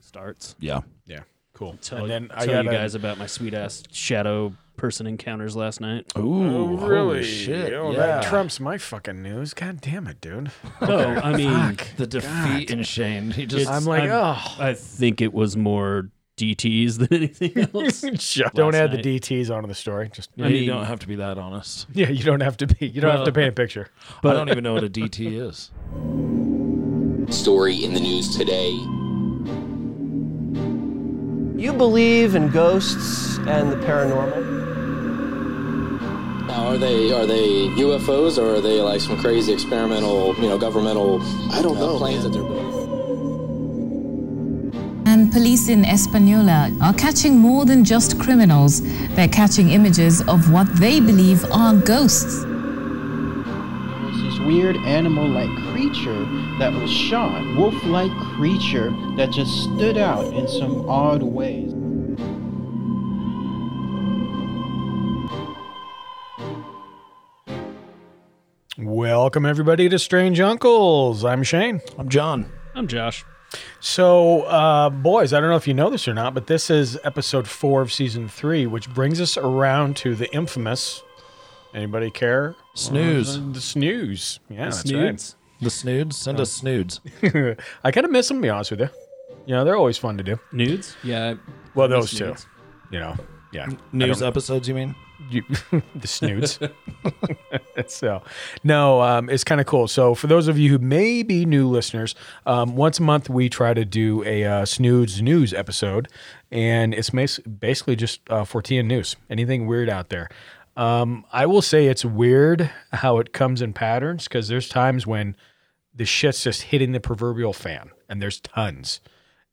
starts. Yeah. Yeah. Cool. Tell, And then I tell you gotta- guys about my sweet ass shadow person encounters last night. oh, Ooh, really? Oh, yeah. that trumps my fucking news. God damn it, dude. No, Oh, I mean, the defeat in Shane. He just It's- I'm like, oh. I think it was more DTs than anything else. don't Last add night. the DTs onto the story. Just I I you mean- don't have to be that honest. yeah, you don't have to be. You don't have to paint a picture. I don't even know what a DT is. Story in the news today. You believe in ghosts and the paranormal? Now, are they are they UFOs or are they like some crazy experimental, you know, governmental? I don't know planes that they're building. And police in Española are catching more than just criminals. They're catching images of what they believe are ghosts. was this weird animal like creature that was shot, wolf like creature that just stood out in some odd ways. Welcome everybody to Strange Uncles. I'm Shane. I'm John. I'm Josh. So, uh, boys, I don't know if you know this or not, but this is episode four of season three, which brings us around to the infamous. Anybody care? Snooze. The snooze. Yeah, that's Snoods. The snoods? Send us snoods. right. I kind of miss them, to be honest with you. You know, they're always fun to do. Nudes? Yeah. Well, those two. nudes. You know, yeah. News episodes, you mean? you, the snoots. so, no, um, it's kind of cool. So, for those of you who may be new listeners, um, once a month we try to do a uh, snoods news episode, and it's mas- basically just uh, Fortean news, anything weird out there. Um, I will say it's weird how it comes in patterns because there's times when the shit's just hitting the proverbial fan, and there's tons.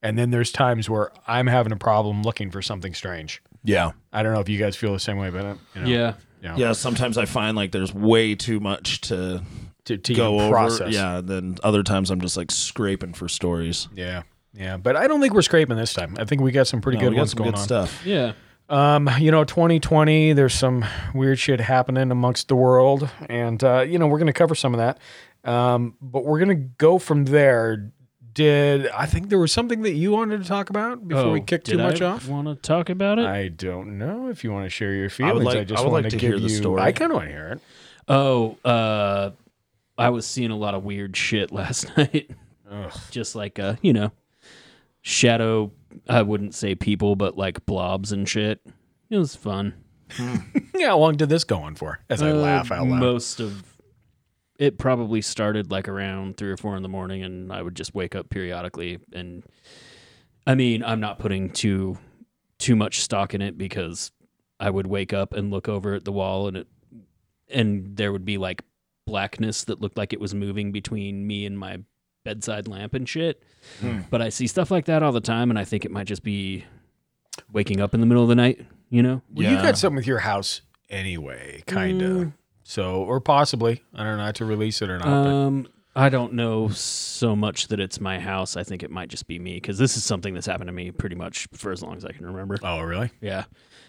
And then there's times where I'm having a problem looking for something strange. Yeah. I don't know if you guys feel the same way about it. You know? Yeah. Yeah, sometimes I find like there's way too much to to, to go even over. process. Yeah, and then other times I'm just like scraping for stories. yeah, yeah. But I don't think we're scraping this time. I think we got some pretty No, good Oh, we got ones some going good on. stuff. Yeah. Um, you know, 2020. There's some weird shit happening amongst the world, and uh, you know we're going to cover some of that. Um, but we're going to go from there. Did I think there was something that you wanted to talk about before Oh, we kick too much off? Want to talk about it? Oh, I don't know if you want to share your feelings. I, like- just I would want like to to give hear the you. story. I kind of want to hear it. oh, uh, I was seeing a lot of weird shit last night. Just like uh, you know, shadow. I wouldn't say people, but like blobs and shit. It was fun. Yeah, how long did this go on for? As I Uh, laugh out loud. Most of it probably started like around three or four in the morning, and I would just wake up periodically. And I mean, I'm not putting too too much stock in it because I would wake up and look over at the wall, and it and there would be like blackness that looked like it was moving between me and my bedside lamp and shit. Hmm. But I see stuff like that all the time, and I think it might just be waking up in the middle of the night. You know? Well, you got something with your house anyway, kind of. So, or possibly, I don't know, not to release it or not. Um, I don't know so much that it's my house. I think it might just be me because this is something that's happened to me pretty much for as long as I can remember. but, oh, really? Yeah.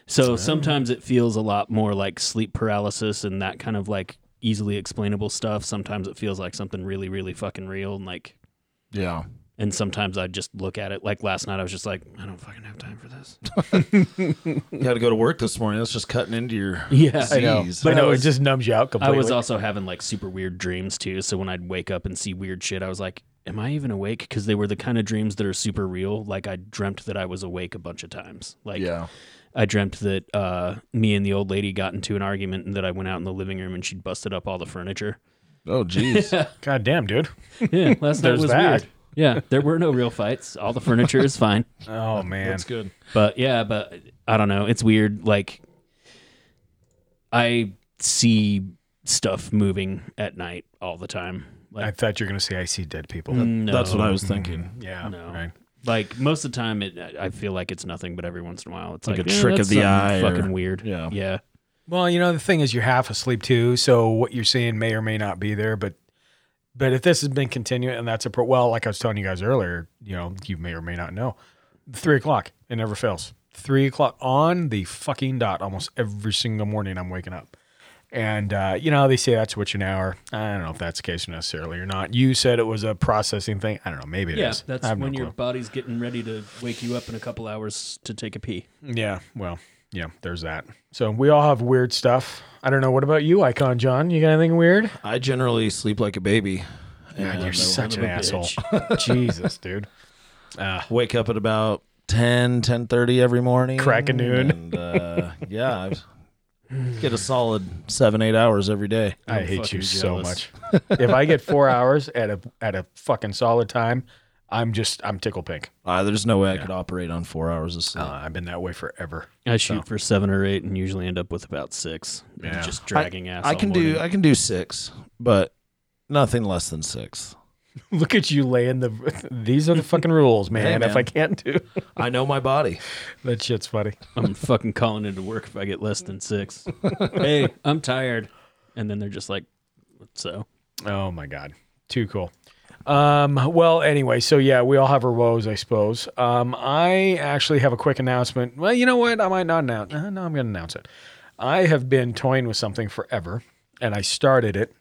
So sometimes it feels a lot more like sleep paralysis and that kind of like easily explainable stuff. Sometimes it feels like something really, really fucking real and like. Yeah. And sometimes I just look at it. Like last night, I was just like, I don't fucking have time for this. You got to go to work this morning. That's just cutting into your. Yeah, I know. But But I know was- it just numbs you out I completely. was also having like super weird dreams too. So when I'd wake up and see weird shit, I was like, "Am I even awake?" Because they were the kind of dreams that are super real. Like I dreamt that I was awake a bunch of times. Like Yeah. I dreamt that uh, me and the old lady got into an argument and that I went out in the living room and she'd busted up all the furniture. Oh, jeez. God damn, dude. Yeah, last night There's was that. weird. Yeah, there were no real fights. All the furniture is fine. Oh, man. That's good. But yeah, but I don't know. It's weird. Like I see stuff moving at night all the time. Like I thought you were going to say, I see dead people. no. That's what I was thinking. Yeah. Mm. No. Right. Like most of the time, it I feel like it's nothing, but every once in a while, it's like, Like a "Yeah, trick that's of something the eye or- Fucking weird. Yeah. Yeah. Well, you know, the thing is, you're half asleep too. So what you're seeing may or may not be there. But, but if this has been continuing, and that's a pro, well, like I was telling you guys earlier, you know, you may or may not know. Three o'clock, it never fails. Three o'clock on the fucking dot almost every single morning I'm waking up. And, uh, you know, they say that's what an hour. I don't know if that's the case necessarily or not. You said it was a processing thing. I don't know. Maybe it is. Yeah, that's I have no when your clue. body's getting ready to wake you up in a couple hours to take a pee. Yeah. Well, yeah, there's that. So we all have weird stuff. I don't know. What about you, Icon John? You got anything weird? I generally sleep like a baby. God, you're such of an a asshole. Jesus, dude. Wake up at about 10, 10.30 every morning. Crack a noon. And, uh, yeah, I was- get a solid seven, eight hours every day. i I'm hate fucking you so jealous. much. if I get four hours at a at a fucking solid time, I'm just I'm tickle pink. Uh, there's no way I could operate on four hours of sleep. Uh, I've been that way forever. I shoot for seven or eight and usually end up with about six. Yeah. Just dragging ass. I all can morning. do I can do six, but nothing less than six. Look at you laying the. These are the fucking rules, man. If man. I can't do I know my body. that, shit's funny. I'm fucking calling into work if I get less than six. hey, I'm tired. And then they're just like, so. Oh my god, too cool. Um, well, anyway, so yeah, we all have our woes, I suppose. Um, I actually have a quick announcement. Well, you know what? I might not announce. Uh, no, I'm going to announce it. I have been toying with something forever, and I started it.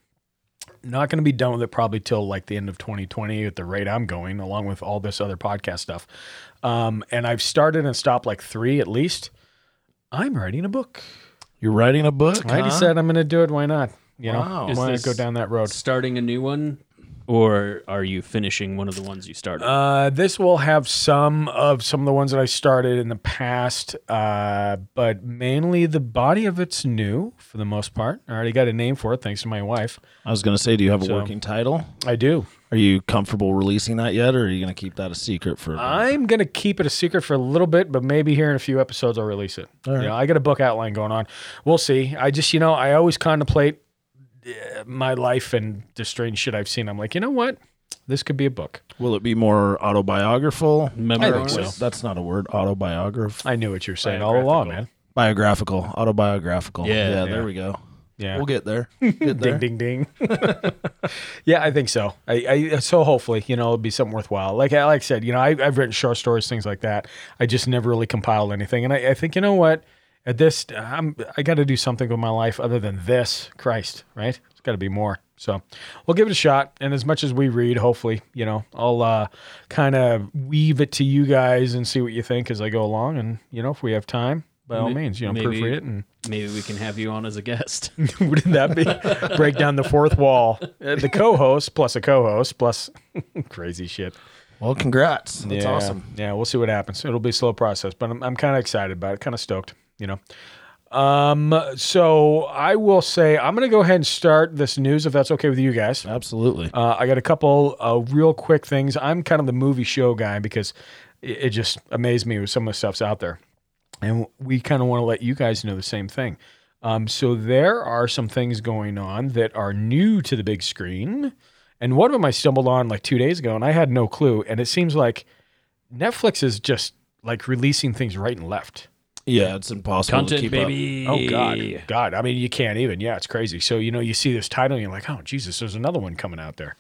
Not going to be done with it probably till like the end of 2020 at the rate I'm going, along with all this other podcast stuff. Um, and I've started and stopped like three at least. I'm writing a book. You're writing a book? I already said I'm going to do it. Why not? You Wow. know, Is why not this- go down that road? Starting a new one, or are you finishing one of the ones you started? Uh, this will have some of some of the ones that I started in the past, uh, but mainly the body of it's new for the most part. I already got a name for it thanks to my wife. I was going to say, do you have a So- working title? I do. Are you comfortable releasing that yet, or are you going to keep that a secret for? I'm gonna keep it a secret for a little bit, but maybe here in a few episodes I'll release it. Yeah, I got a book outline going on. We'll see. I just, you know, I always contemplate uh, my life and the strange shit I've seen. I'm like, you know what? This could be a book. Will it be more autobiographical? Memoirs. Well, That's not a word. Autobiograph. I knew what you were saying all along, man. Biographical. Biographical. Autobiographical. Yeah, yeah, yeah. There we go. Yeah. We'll get there. Get there. Ding, ding, ding. yeah, I think so. I, I so hopefully, you know, it'll be something worthwhile. Like I like I said, you know, I, I've written short stories, things like that. I just never really compiled anything, and I, I think you know what? At this, I'm I got to do something with my life other than this. Christ, right? It's got to be more. So we'll give it a shot, and as much as we read, hopefully, you know, I'll uh, kind of weave it to you guys and see what you think as I go along, and you know, if we have time, by all Ma- means, you know, maybe- proofread it and Maybe we can have you on as a guest. wouldn't that be break down the fourth wall? Uh, The co-host plus a co-host plus crazy shit. Well, congrats. That's yeah. awesome. Yeah, we'll see what happens. It'll be a slow process, but I'm, I'm kind of excited about it. Kind of stoked, you know. Um, so I will say I'm going to go ahead and start this news if that's okay with you guys. Absolutely. Uh, I got a couple uh, real quick things. I'm kind of the movie show guy because it, it just amazed me with some of the stuff's out there. And we kind of want to let you guys know the same thing. Um, so there are some things going on that are new to the big screen. And one of them I stumbled on like two days ago and I had no clue. And it seems like Netflix is just like releasing things right and left. yeah, it's impossible to Content, keep baby. Oh God, God! I mean, you can't even. Yeah, it's crazy. So you know, you see this title, and you're like, oh Jesus, there's another one coming out there.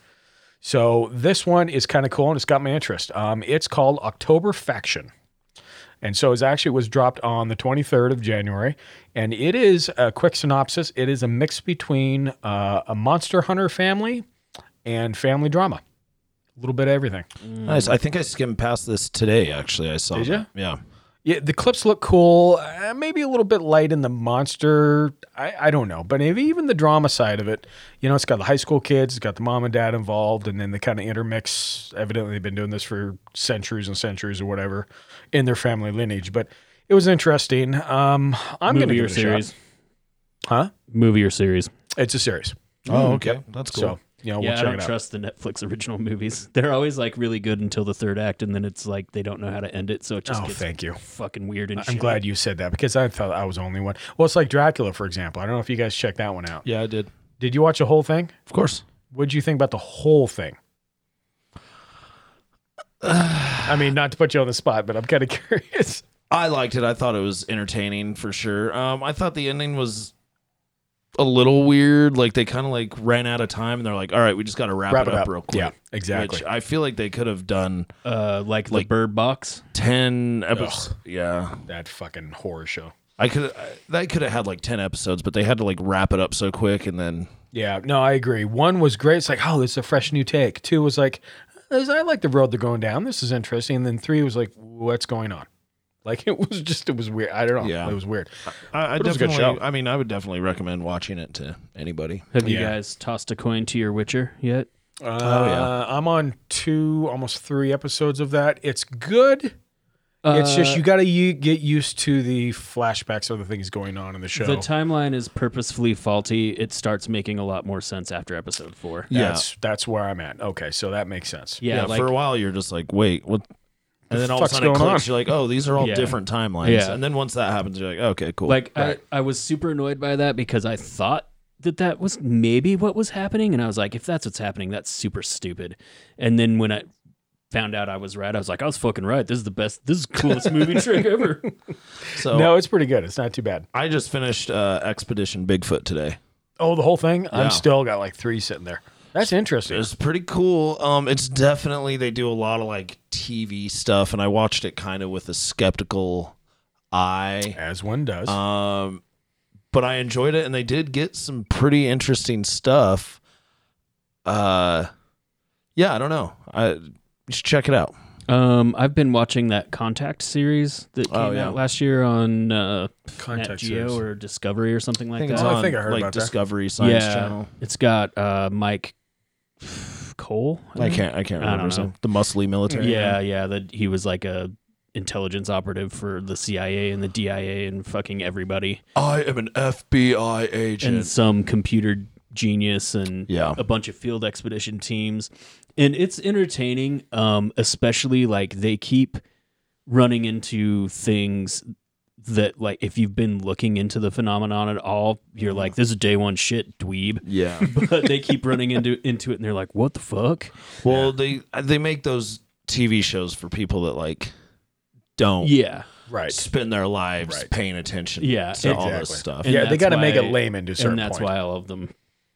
So this one is kind of cool, and it's got my interest. Um, it's called October Faction, and so it's actually it was dropped on the 23rd of January, and it is a quick synopsis. It is a mix between uh, a monster hunter family and family drama, a little bit of everything. up. Nice. I think I skimmed past this today. Actually, I saw. Did that. Yeah. Yeah, the clips look cool. Uh, maybe a little bit light in the monster. I, I don't know, but maybe even the drama side of it. You know, it's got the high school kids, it's got the mom and dad involved, and then they kind of intermix. Evidently, they've been doing this for centuries and centuries or whatever in their family lineage. But it was interesting. Um, I'm going Movie to give or it a series. series. Huh? Movie or series. It's a series, Oh, okay. That's cool. so you know yeah, we'll I check don't it out. trust the Netflix original movies. They're always like really good until the third act, and then it's like they don't know how to end it, so it just Oh, gets thank you. fucking weird and I'm shit. glad you said that because I thought I was the only one. Well, it's like Dracula, for example. I don't know if you guys checked that one out. yeah, I did. Did you watch the whole thing? Of course. What'd you think about the whole thing? I mean, not to put you on the spot, but I'm kind of curious. I liked it. I thought it was entertaining for sure. Um, I thought the ending was a little weird. Like they kind of like ran out of time, and they're like, "All right, we just got to wrap, it up, real quick." Yeah, exactly. Which I feel like they could have done Uh, like, Like- the Bird Box. ten episodes. Yeah, that fucking horror show. I could I, they could have had like ten episodes, but they had to like wrap it up so quick, and then Yeah, no, I agree. One was great. It's like, oh, this is a fresh new take. Two was like, this- I like the road they're going down. This is interesting. And then three was like, what's going on? Like it was just, it was weird. I don't know. Yeah. It was weird. I, I But it was a good definitely. show. I mean, I would definitely recommend watching it to anybody. Have you Yeah. guys tossed a coin to your Witcher yet? Uh, I'm on two, almost three episodes of that. It's good. it's Uh, just you got to u- get used to the flashbacks of the things going on in the show. The timeline is purposefully faulty. It starts making a lot more sense after episode four. Yeah. that's that's where I'm at. Okay, so that makes sense. Yeah, like, for a while, you're just like, wait, what? And then all of a fuck's sudden it going clicks. on? You're like, oh, these are all Yeah. different timelines. Yeah. And then once that happens, you're like, okay, cool. like I, I was super annoyed by that because I thought that that was maybe what was happening, and I was like, if that's what's happening, that's super stupid. And then when I found out I was right, I was like, I was fucking right. This is the best. This is the coolest movie trick ever. so, No, it's pretty good. It's not too bad. I just finished uh, Expedition Bigfoot today. Oh, the whole thing. Yeah. I'm still got like three sitting there. That's interesting. It's pretty cool. Um, it's definitely they do a lot of like TV stuff, and I watched it kind of with a skeptical eye. As one does. Um, but I enjoyed it, and they did get some pretty interesting stuff. Uh, yeah, I don't know. I you should check it out. Um, I've been watching that Contact series that came Oh, yeah. out last year on uh, Nat Contact Geo series. or Discovery or something like I think that. it's Oh, I on think I heard like about that. Discovery Science yeah, Channel. it's got uh, Mike Cole. I think? can't. I can't Mm-hmm. I don't remember. his know. name. the muscly military. Yeah, yeah. That he was like a intelligence operative for the CIA and the DIA and fucking everybody I am an FBI agent. and some computer genius and Yeah. a bunch of field expedition teams. And it's entertaining, um, especially like they keep running into things that like if you've been looking into the phenomenon at all, you're like, this is day one shit, dweeb. yeah. But they keep running into into it and they're like, what the fuck? Well, they they make those TV shows for people that like don't Yeah. right. spend their lives Right. paying attention Yeah, to all exactly. this stuff. And yeah, they that's got to make it why- layman to a certain and that's point. why all of them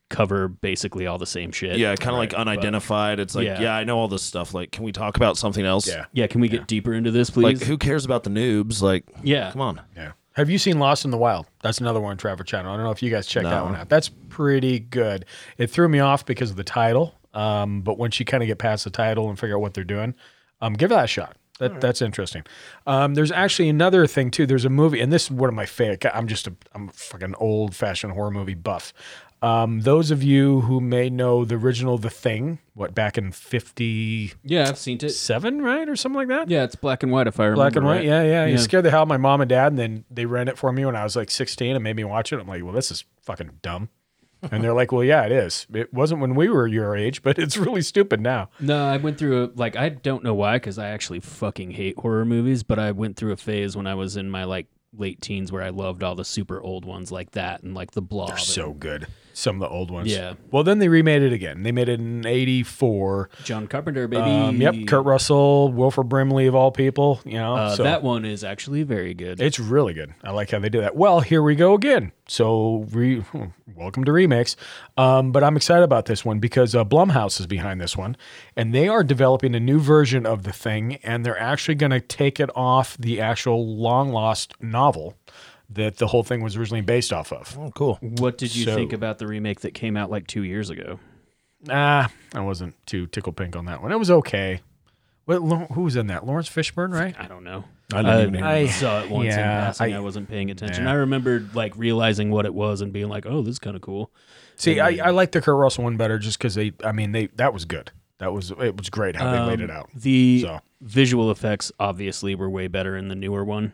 cover basically all the same shit. yeah, kind of like unidentified. it's like, yeah. Yeah. I know all this stuff. Like, can we talk about something else? Yeah. Yeah, can we get deeper into this, Like, please? who cares about the noobs? Like, yeah, come on. Yeah. Have you seen Lost in the Wild? That's another one, Trevor Channel. I don't know if you guys checked that No. one out. That's pretty good. It threw me off because of the title, um, but once you kind of get past the title and figure out what they're doing, um, give that a shot. That, That's interesting. Um, there's actually another thing too. There's a movie, and this is one of my favorite. I'm just a I'm a fucking old fashioned horror movie buff. Um, those of you who may know the original The Thing, what back in '57, Yeah, I've seen it. right, or something like that. Yeah, it's black and white. If I remember, Black and white, right. yeah, yeah. You scared the hell out of my mom and dad, and then they rent it for me when I was like 16 and made me watch it. I'm like, well, this is fucking dumb. And they're like, well, yeah, it is. It wasn't when we were your age, but it's really stupid now. No, I went through a like I don't know why because I actually fucking hate horror movies, but I went through a phase when I was in my like late teens where I loved all the super old ones like that and like the Blob. and So good. Some of the old ones. Yeah. Well, then they remade it again. They made it in 84. John Carpenter, baby. Um, yep. Kurt Russell, Wilford Brimley, of all people, you know. Uh, so That one is actually very good. It's really good. I like how they do that. Well, here we go again. So, re- hmm, welcome to Remix. Um, but I'm excited about this one because uh, Blumhouse is behind this one, and they are developing a new version of the thing, and they're actually going to take it off the actual long lost novel that the whole thing was originally based off of. Oh, cool. what did you so- think about the remake that came out like two years ago? Nah, I wasn't too tickle pink on that one. It was okay. What, Lo- who was in that? Lawrence Fishburne, right? I don't know. I didn't even hear I about it. saw it once in Yeah, passing. I, I- wasn't paying attention. Yeah. I remembered like realizing what it was and being like, "Oh, this is kind of cool." See, I, I like the Kurt Russell one better just because they, I mean, they that was good. That was it was great how they laid it out. Um, The So. visual effects obviously were way better in the newer one,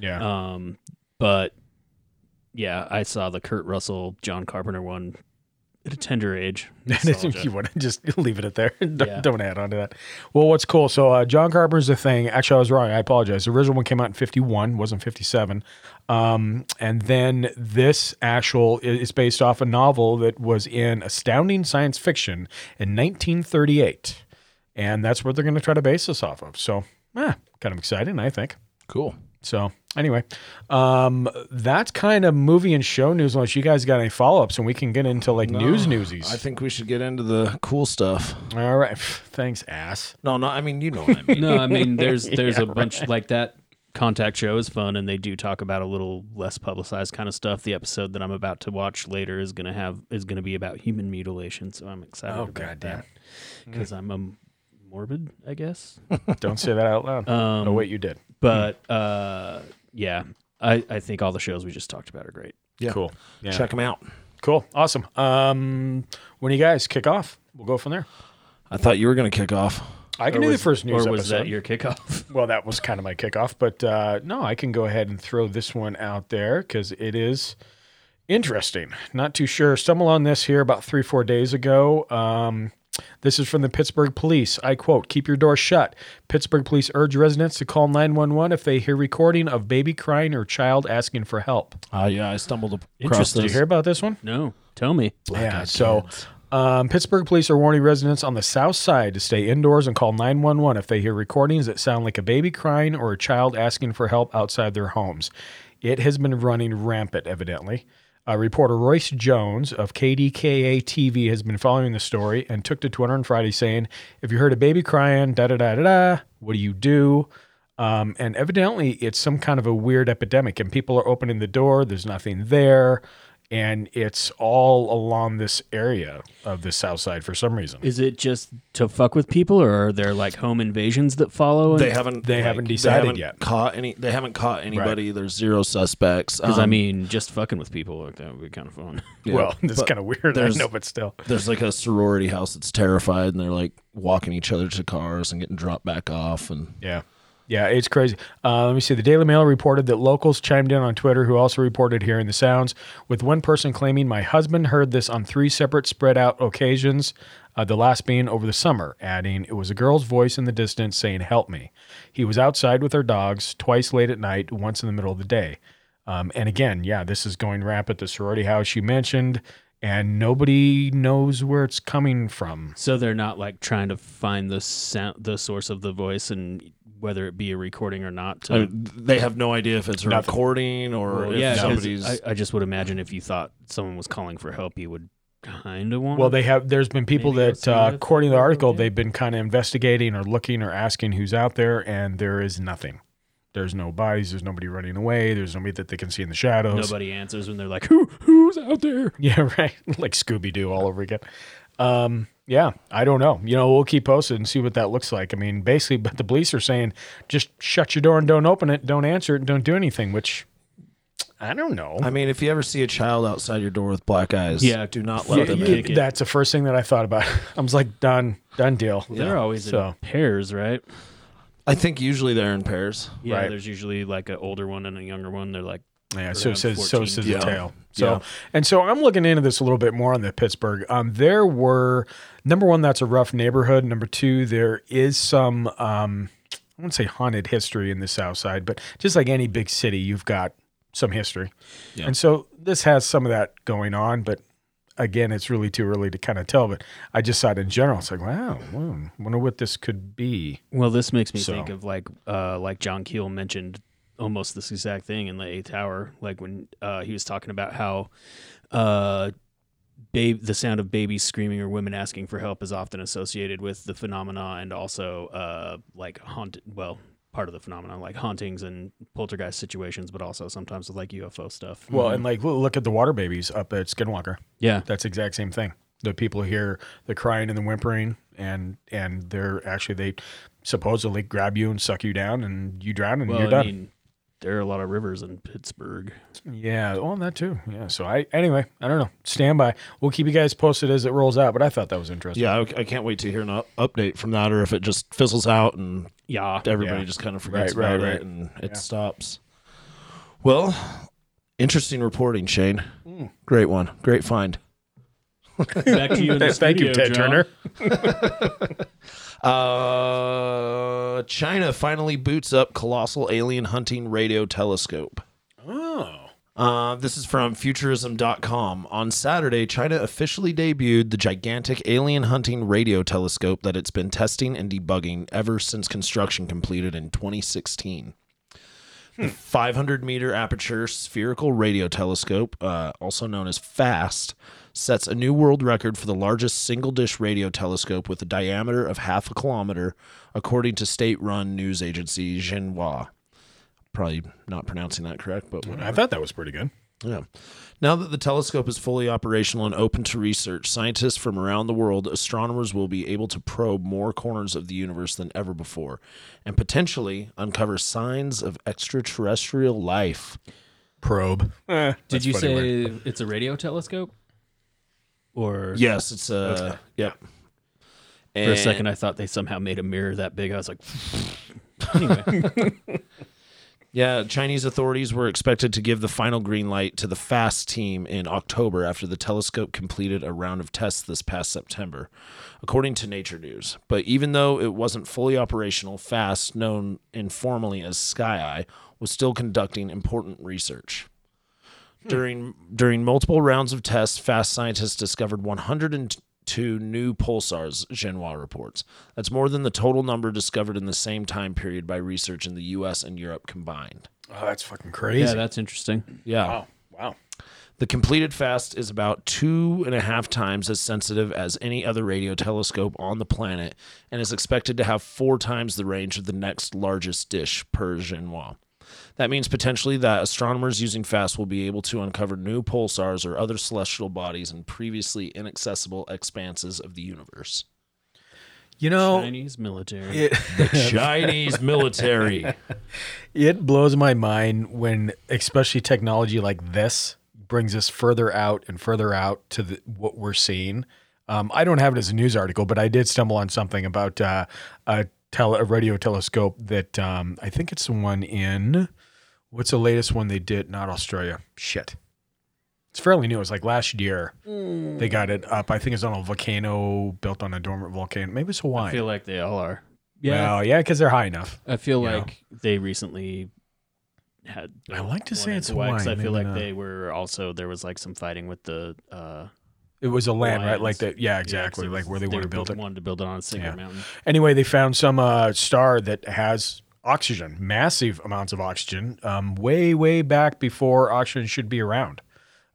Yeah. um, but yeah, I saw the Kurt Russell John Carpenter one at a tender age. I Nostalgia. think you want to just leave it at there. Don't, Yeah. don't add on to that. Well, what's cool? So uh, John Carpenter's the thing. Actually, I was wrong. I apologize. The original one came out in '51, wasn't '57. Um, and then this actual i- is based off a novel that was in Astounding Science Fiction in 1938, and that's what they're going to try to base this off of. So, eh, kind of exciting, I think. Cool. So anyway, um, that's kind of movie and show news. Unless you guys got any follow ups, and we can get into like news newsies. I think we should get into the cool stuff. All right. Thanks, ass. No, no, I mean, you know what I mean. No, I mean, there's there's a bunch like that contact show is fun and they do talk about a little less publicized kind of stuff. The episode that I'm about to watch later is gonna have is gonna be about human mutilation, so I'm excited Oh, about goddamn. that. Because I'm a m- morbid, I guess. Don't say that out loud. Um, oh wait, you did. But uh yeah. I, I think all the shows we just talked about are great. Yeah. Cool. Yeah. Check them out. Cool. Awesome. Um, when you guys kick off, we'll go from there. I thought you were going to kick off. I can Or do was- the first news Or was episode. that your kickoff? well, that was kind of my kickoff, but uh, no, I can go ahead and throw this one out there because it is interesting. Not too sure. Stumble on this here about three, four days ago. Um, this is from the Pittsburgh Police. I quote, keep your door shut. Pittsburgh Police urge residents to call 911 if they hear recording of baby crying or child asking for help. Uh, yeah, I stumbled across Interesting. Did you this. hear about this one? no. Tell me. yeah. So, um, Pittsburgh police are warning residents on the south side to stay indoors and call 911 if they hear recordings that sound like a baby crying or a child asking for help outside their homes. It has been running rampant, evidently. Uh, reporter Royce Jones of KDKA TV has been following the story and took to Twitter on Friday saying, If you heard a baby crying, da da da da da, what do you do? Um, and evidently, it's some kind of a weird epidemic, and people are opening the door. There's nothing there, and it's all along this area of the south side for some reason. Is it just to fuck with people, or are there like home invasions that follow? They haven't. They haven't decided haven't yet. Caught any? They haven't caught anybody. There's zero suspects. because I Um, mean, just fucking with people like that would be kind of fun. yeah, well, it's but kind of weird. I there's- know, but still, There's like a sorority house that's terrified, and they're like walking each other to cars and getting dropped back off. And yeah, yeah, it's crazy. Uh, let me see. The Daily Mail reported that locals chimed in on Twitter, who also reported hearing the sounds. With one person claiming, "My husband heard this on three separate, spread-out occasions." Uh, the last being over the summer, adding, "It was a girl's voice in the distance saying, help me.' He was outside with our dogs twice late at night, once in the middle of the day." Um, and again, yeah, this is going rampant. The sorority house you mentioned, and nobody knows where it's coming from. so they're not like trying to find the sound, the source of the voice, and whether it be a recording or not. To, I mean, they have no idea if it's a Nothing. recording or if yeah, 'cause somebody's. I, I just would imagine if you thought someone was calling for help, you would kind of want. Well, they have. There's been people Maybe that, go uh, see if according to the they're article, okay. they've been kind of investigating or looking or asking who's out there, and there is nothing. There's no bodies. There's nobody running away. There's nobody that they can see in the shadows. nobody answers when they're like, "Who who's out there?" Yeah, right. like Scooby Doo all over again. Um, yeah, I don't know. You know, we'll keep posted and see what that looks like. I mean, basically, but the police are saying just shut your door and don't open it, don't answer it, and don't do anything. Which I don't know. I mean, if you ever see a child outside your door with black eyes, Yeah. do not Yeah, let them you- in. kick it. That's the first thing that I thought about. I was like, done, done deal. They're always in So- pairs, right? I think usually they're in pairs. Yeah, Right. there's usually like an older one and a younger one. They're like, Yeah, so around says so 14. says Yeah. the tale. So Yeah. and so I'm looking into this a little bit more on the Pittsburgh. Um, there were number one, that's a rough neighborhood. Number two, there is some um, I wouldn't say haunted history in the South Side, but just like any big city, you've got some history, Yeah. and so this has some of that going on, but. Again, it's really too early to kind of tell, but I just thought in general, it's like, wow, hmm, wonder what this could be. Well, this makes me So- think of like uh, like John Keel mentioned almost this exact thing in the Eighth Hour, like when uh, he was talking about how uh, babe the sound of babies screaming or women asking for help is often associated with the phenomena and also uh, like haunted well part of the phenomenon like hauntings and poltergeist situations, but also sometimes with like UFO stuff. Well, and like, well, look at the water babies up at Skinwalker. yeah, That's the exact same thing. The people hear the crying and the whimpering, and and they're actually they supposedly grab you and suck you down, and you drown and well, you're I done. mean, there are a lot of rivers in Pittsburgh. yeah, well, that too. Yeah. So I anyway, I don't know. Stand by. We'll keep you guys posted as it rolls out. But I thought that was interesting. Yeah, I, I can't wait to hear an up- update from that, or if it just fizzles out and Yeah, everybody Yeah. just kind of forgets Right, right, about right. it and it stops. Well, interesting reporting, Shane. Hmm. Great one. Great find. back to you. In the Thank studio, you, Ted John. Turner. Uh, China finally boots up colossal alien hunting radio telescope. Oh, Uh, this is from futurism.com. On Saturday, China officially debuted the gigantic alien hunting radio telescope that it's been testing and debugging ever since construction completed in 2016. The 500 meter aperture spherical radio telescope, uh, also known as FAST, sets a new world record for the largest single dish radio telescope with a diameter of half a kilometer, according to state run news agency Xinhua. Probably not pronouncing that correct, but whatever. I thought that was pretty good. Yeah. Now that the telescope is fully operational and open to research, scientists from around the world, astronomers will be able to probe more corners of the universe than ever before and potentially uncover signs of extraterrestrial life. Probe. Eh, Did that's you funny say word. it's a radio telescope? Or Yes, it's a uh, yep. for a second, I thought they somehow made a mirror that big. I was like, anyway, Yeah, Chinese authorities were expected to give the final green light to the FAST team in October after the telescope completed a round of tests this past September, according to Nature News. But even though it wasn't fully operational, FAST, known informally as SkyEye, was still conducting important research. During during multiple rounds of tests, fast scientists discovered 102 new pulsars, Genoa reports. That's more than the total number discovered in the same time period by research in the US and Europe combined. Oh, that's fucking yeah, crazy. that's interesting. Yeah. wow. Wow. The completed fast is about two and a half times as sensitive as any other radio telescope on the planet and is expected to have four times the range of the next largest dish per Genoa. That means potentially that astronomers using FAST will be able to uncover new pulsars or other celestial bodies in previously inaccessible expanses of the universe. You know, Chinese military. it, Chinese military. it blows my mind when, especially technology like this, brings us further out and further out to the, what we're seeing. Um, I don't have it as a news article, but I did stumble on something about uh, a, tele, a radio telescope that um, I think it's the one in. What's the latest one they did? Not Australia. Shit. It's fairly new. It was like last year Hmm. they got it up. I think it's on a volcano built on a dormant volcano. Maybe it's Hawaii. I feel like they all are. yeah. Yeah, Well, yeah, because they're high enough. I feel Yeah. like they recently had. I like to one say in it's Hawaii, 'cause Hawaii, I feel maybe like not. they were also there was like some fighting with the. uh It was a land, right? Lions. Like that. Yeah, yeah, exactly. 'cause it like was- where they, want to were build built- it. Wanted to build it on a single Yeah. mountain. Anyway, they found some uh, star that has oxygen, massive amounts of oxygen, um, way, way back before oxygen should be around,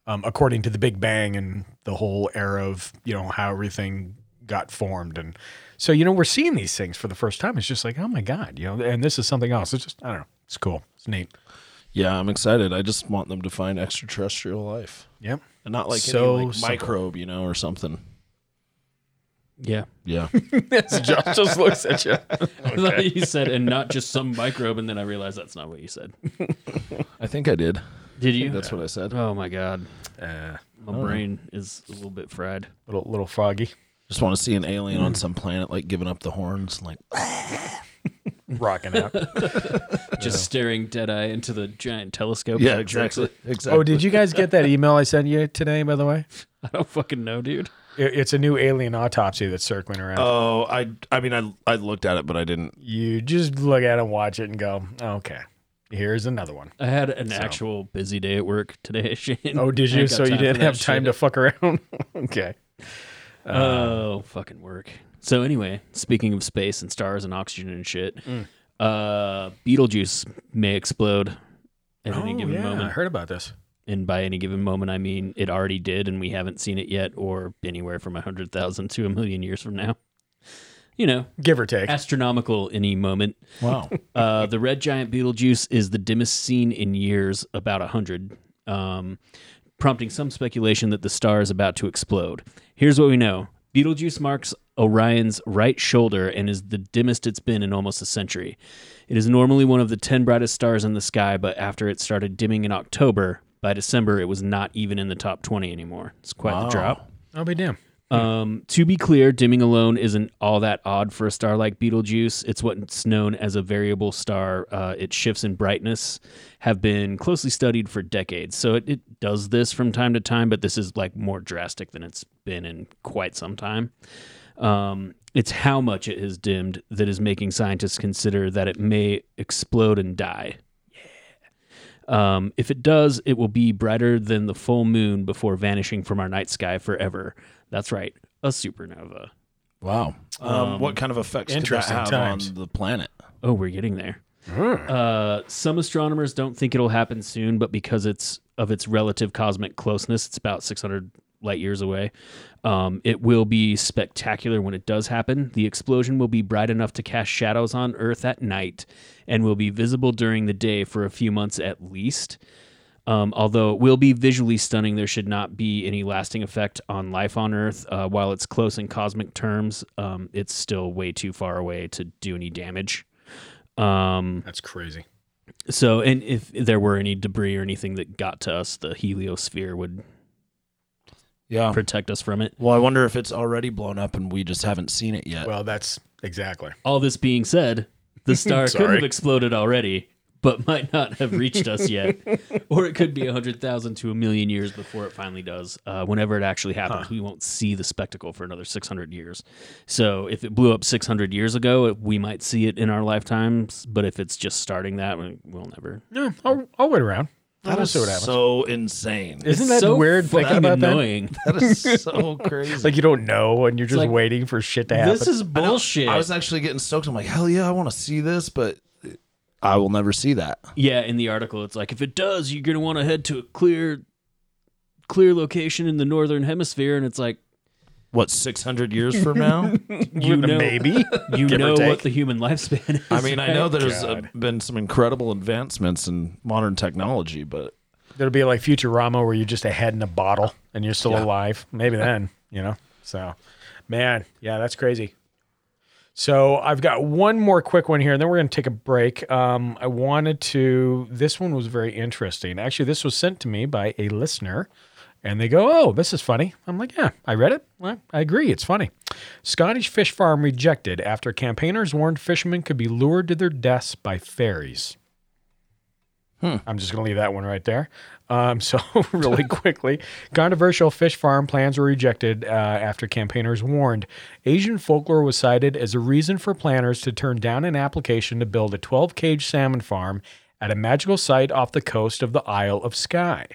um, according to the Big Bang and the whole era of you know how everything got formed. And so you know we're seeing these things for the first time. It's just like oh my god, you know. And this is something else. It's just I don't know. It's cool. It's neat. yeah, I'm excited. I just want them to find extraterrestrial life. Yep. And not like So any like simple. microbe, you know, or something. Yeah, Yeah. Josh just looks at you. you said, and not just some microbe, and then I realized that's not what you said. I think I did. Did you? That's what I said. Oh my god, Uh, my brain is a little bit fried. little little foggy. Just want to see an alien on some planet, like giving up the horns, and like Rocking out. Just staring dead eye into the giant telescope. yeah, that jerks exactly, it. exactly. oh, did you guys get that email I sent you today? By the way. I don't fucking know, dude. It- It's a new alien autopsy that's circling around. Oh, I, I mean, I, I looked at it, but I didn't. you just look at it and watch it and go, okay, here's another one. I had an So. actual busy day at work today, Shane. Oh, did I ain't got you? So you time for didn't that have time shit. to fuck around? okay. Oh, fucking work. So anyway, speaking of space and stars and oxygen and shit, Mm. uh, Beetlejuice may explode at any given moment. Oh, heard about this. And by any given moment, I mean it already did, and we haven't seen it yet, or anywhere from a hundred thousand to a million years from now. You know, Give or take. astronomical any moment. Wow. Uh, the red giant Beetlejuice is the dimmest seen in years, about 100, um, prompting some speculation that the star is about to explode. Here's what we know Beetlejuice marks Orion's right shoulder and is the dimmest it's been in almost a century. It is normally one of the 10 brightest stars in the sky, but after it started dimming in October, by December, it was not even in the top 20 anymore. It's quite the drop. I'll be damned. Um, to be clear, dimming alone isn't all that odd for a star like Betelgeuse. It's what's known as a variable star. Uh, its shifts in brightness have been closely studied for decades. So it, it does this from time to time, but this is like more drastic than it's been in quite some time. Um, it's how much it has dimmed that is making scientists consider that it may explode and die. Um, if it does, it will be brighter than the full moon before vanishing from our night sky forever. That's right, a supernova. Wow. Um, what kind of effects could that interesting have times. on the planet? Oh, we're getting there. Uh, some astronomers don't think it'll happen soon, but because it's of its relative cosmic closeness, it's about 600 light years away. Um, it will be spectacular when it does happen. The explosion will be bright enough to cast shadows on Earth at night and will be visible during the day for a few months at least. Um, although it will be visually stunning, there should not be any lasting effect on life on Earth. Uh, while it's close in cosmic terms, um, it's still way too far away to do any damage. Um, That's crazy. so, and if there were any debris or anything that got to us, the heliosphere would Yeah. protect us from it. Well, I wonder if it's already blown up and we just haven't seen it yet. Well, that's exactly. All this being said, the star could Sorry. have exploded already, but might not have reached us yet. or it could be 100,000 to a million years before it finally does. Uh, whenever it actually happens, we won't see the spectacle for another 600 years. So if it blew up 600 years ago, it, we might see it in our lifetimes. But if it's just starting that, we- we'll never. No, I'll, I'll wait around. that I'll is see what happens. so insane. Isn't that so weird thinking fucking about that? annoying. that is so crazy. Like you don't know, and you're just like, waiting for shit to happen. This is bullshit. I was actually getting stoked. I'm like, hell yeah, I want to see this, but I will never see that. Yeah, in the article, it's like if it does, you're gonna want to head to a clear, clear location in the northern hemisphere, and it's like What, 600 years from now? you know, maybe. you give or know what take. the human lifespan is. I mean, I know there's uh, God. been some incredible advancements in modern technology, but There'll be like Futurama where you're just a head in a bottle and you're still alive. Maybe then, you know? So, man, yeah, that's crazy. So, I've got one more quick one here, and then we're going to take a break. Um, I wanted to, this one was very interesting. Actually, this was sent to me by a listener, and they go, Oh, this is funny. I'm like, Yeah, I read it. Well, I agree. It's funny. Scottish fish farm rejected after campaigners warned fishermen could be lured to their deaths by fairies. I'm just going to leave that one right there. Um, so, really quickly, controversial fish farm plans were rejected uh, after campaigners warned. Asian folklore was cited as a reason for planners to turn down an application to build a 12 cage salmon farm at a magical site off the coast of the Isle of Skye.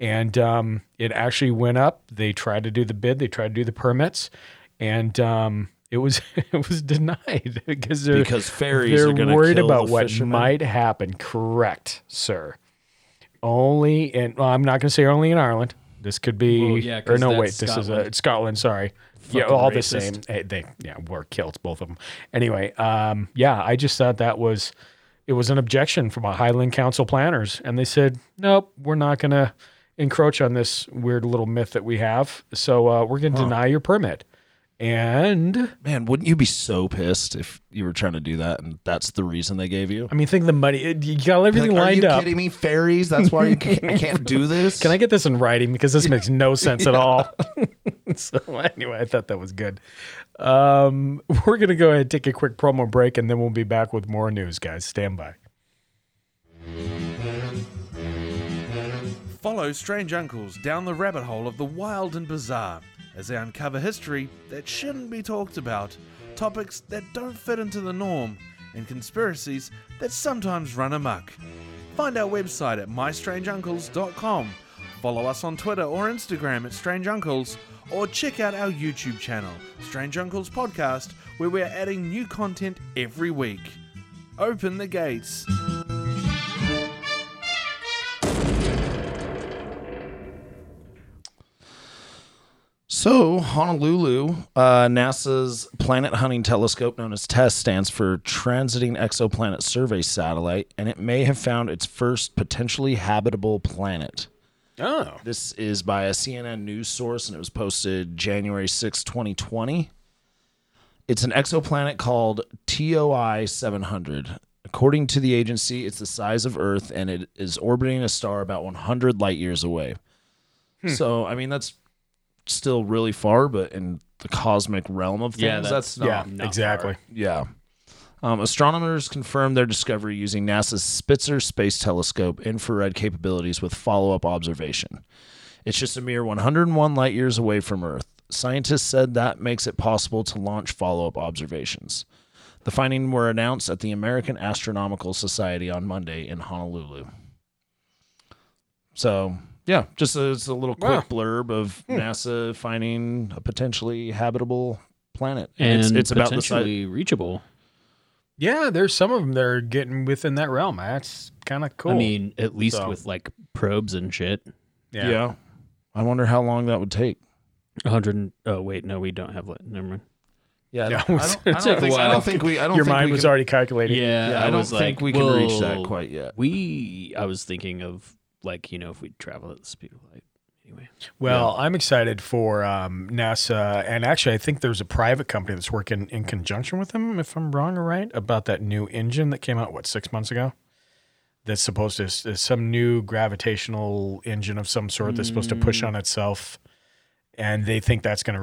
And um, it actually went up. They tried to do the bid, they tried to do the permits, and um, it was it was denied because they're because fairies they're are going to worried kill about the what fishermen. might happen. Correct, sir. Only in well, I'm not going to say only in Ireland. This could be Well, yeah, or 'cause no that's wait, this is a, Scotland. Scotland. Sorry, yeah, Fucking all the racist. same. Hey, they yeah were killed both of them. Anyway, um, yeah, I just thought that was it was an objection from a Highland Council planners, and they said nope, we're not going to encroach on this weird little myth that we have. So uh, we're going to deny your permit. And Man, wouldn't you be so pissed if you were trying to do that and that's the reason they gave you? I mean, think of the money. You got everything Like, lined are you up. kidding me? Fairies? That's why you can't, I can't do this? Can I get this in writing? Because this makes no sense at all. so anyway, I thought that was good. Um, we're gonna go ahead and take a quick promo break, and then we'll be back with more news, guys. Stand by. Follow Strange Uncles down the rabbit hole of the wild and bizarre as they uncover history that shouldn't be talked about, topics that don't fit into the norm, and conspiracies that sometimes run amok. Find our website at mystrangeuncles.com, follow us on Twitter or Instagram at Strange Uncles, or check out our YouTube channel, Strange Uncles Podcast, where we're adding new content every week. Open the gates. So, Honolulu, uh, NASA's planet hunting telescope, known as TESS, stands for Transiting Exoplanet Survey Satellite, and it may have found its first potentially habitable planet. Oh, This is by a CNN news source, and it was posted January 6, 2020. It's an exoplanet called TOI 700. According to the agency, it's the size of Earth, and it is orbiting a star about 100 light years away. So, I mean, that's still really far, but in the cosmic realm of things, Yeah, that's, that's- Oh, not yeah, not exactly. yeah. Um, astronomers confirmed their discovery using NASA's Spitzer Space Telescope infrared capabilities with follow up observation. It's just a mere 101 light years away from Earth. Scientists said that makes it possible to launch follow up observations. The findings were announced at the American Astronomical Society on Monday in Honolulu. So, yeah, just a, it's a little quick Wow. blurb of NASA finding a potentially habitable planet. and it's, it's about the size. potentially reachable. Yeah, there's some of them that are getting within that realm. That's kind of cool. I mean, at least So- with like probes and shit. Yeah. I wonder how long that would take. 100. Oh, wait. No, we don't have. Never mind. Yeah, Yeah, I don't, I don't took a think, I while. don't think we. I don't Your think mind we was can- already calculating. Yeah, Yeah, I, don't was think like, we can reach that well, quite yet. We, I was thinking of like you know if we travel at the speed of light. Anyway, Well, I'm excited for um, NASA, and actually, I think there's a private company that's working in conjunction with them, if I'm wrong or right, about that new engine that came out what six months ago. That's supposed to is some new gravitational engine of some sort that's supposed to push Mm. on itself, and they think that's going to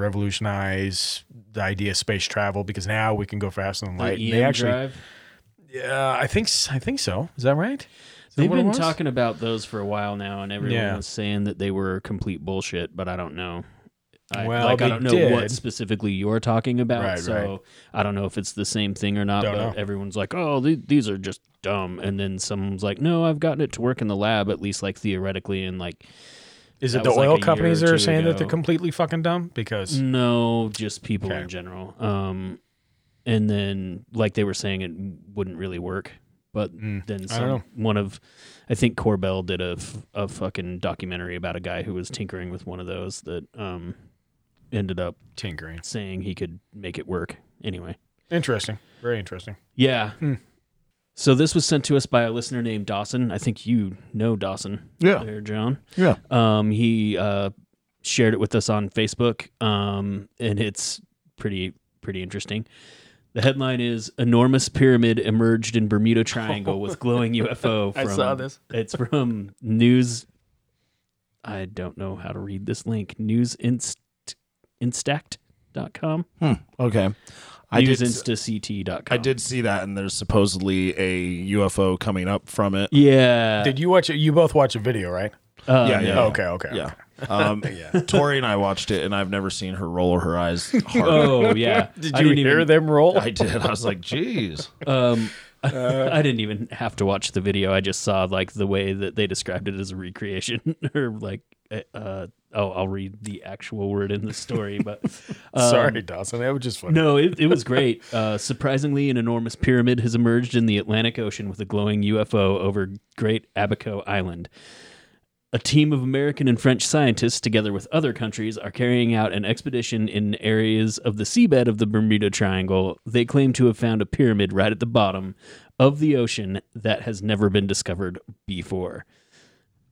revolutionize the idea of space travel because now we can go faster than light. The And EM they actually, drive. yeah, I think s- I think so. Is that right? Is that They've what it been was? talking about those for a while now, and everyone Yeah. was saying that they were complete bullshit. But I don't know. I, Well, like, I they don't know did. what specifically you're talking about, Right, so right. I don't know if it's the same thing or not. Don't but know. everyone's like, "Oh, the- these are just dumb," and then someone's like, "No, I've gotten it to work in the lab, at least like theoretically." And like, Is it That the was like oil a year companies or that are two saying that they're ago. Mm. completely fucking dumb? Because No, just people Okay. in general. Um, and then like they were saying, it wouldn't really work. But Mm, then I don't know. some, one of, I think Corbell did a, f- a fucking documentary about a guy who was tinkering with one of those that um ended up tinkering. saying he could make it work anyway. Interesting. Very interesting. Yeah. Hmm. So this was sent to us by a listener named Dawson. I think you know Dawson. Yeah. There, John. Yeah. Um, he uh, shared it with us on Facebook, um, and it's pretty pretty interesting. The headline is "Enormous Pyramid Emerged in Bermuda Triangle with Glowing UFO." From, I saw this. It's from News. I don't know how to read this link. News inst, instact.com. Okay, I did. Newsinstact.com. I did see that, and there's supposedly a UFO coming up from it. Yeah. Did you watch it? You both watch a video, right? Oh, Uh, yeah, yeah. Okay, okay. Yeah. Um, Tori and I watched it, and I've never seen her roll her eyes harder. Oh yeah. Did I you didn't hear even, them roll? I did. I was like, "Jeez." Um, Uh. I didn't even have to watch the video. I just saw like the way that they described it as a recreation, or like, uh, oh, I'll read the actual word in the story, but um, Sorry, Dawson. That was just funny. No, it, it was great. Uh, surprisingly, an enormous pyramid has emerged in the Atlantic Ocean with a glowing UFO over Great Abaco Island. A team of American and French scientists, together with other countries, are carrying out an expedition in areas of the seabed of the Bermuda Triangle. They claim to have found a pyramid right at the bottom of the ocean that has never been discovered before.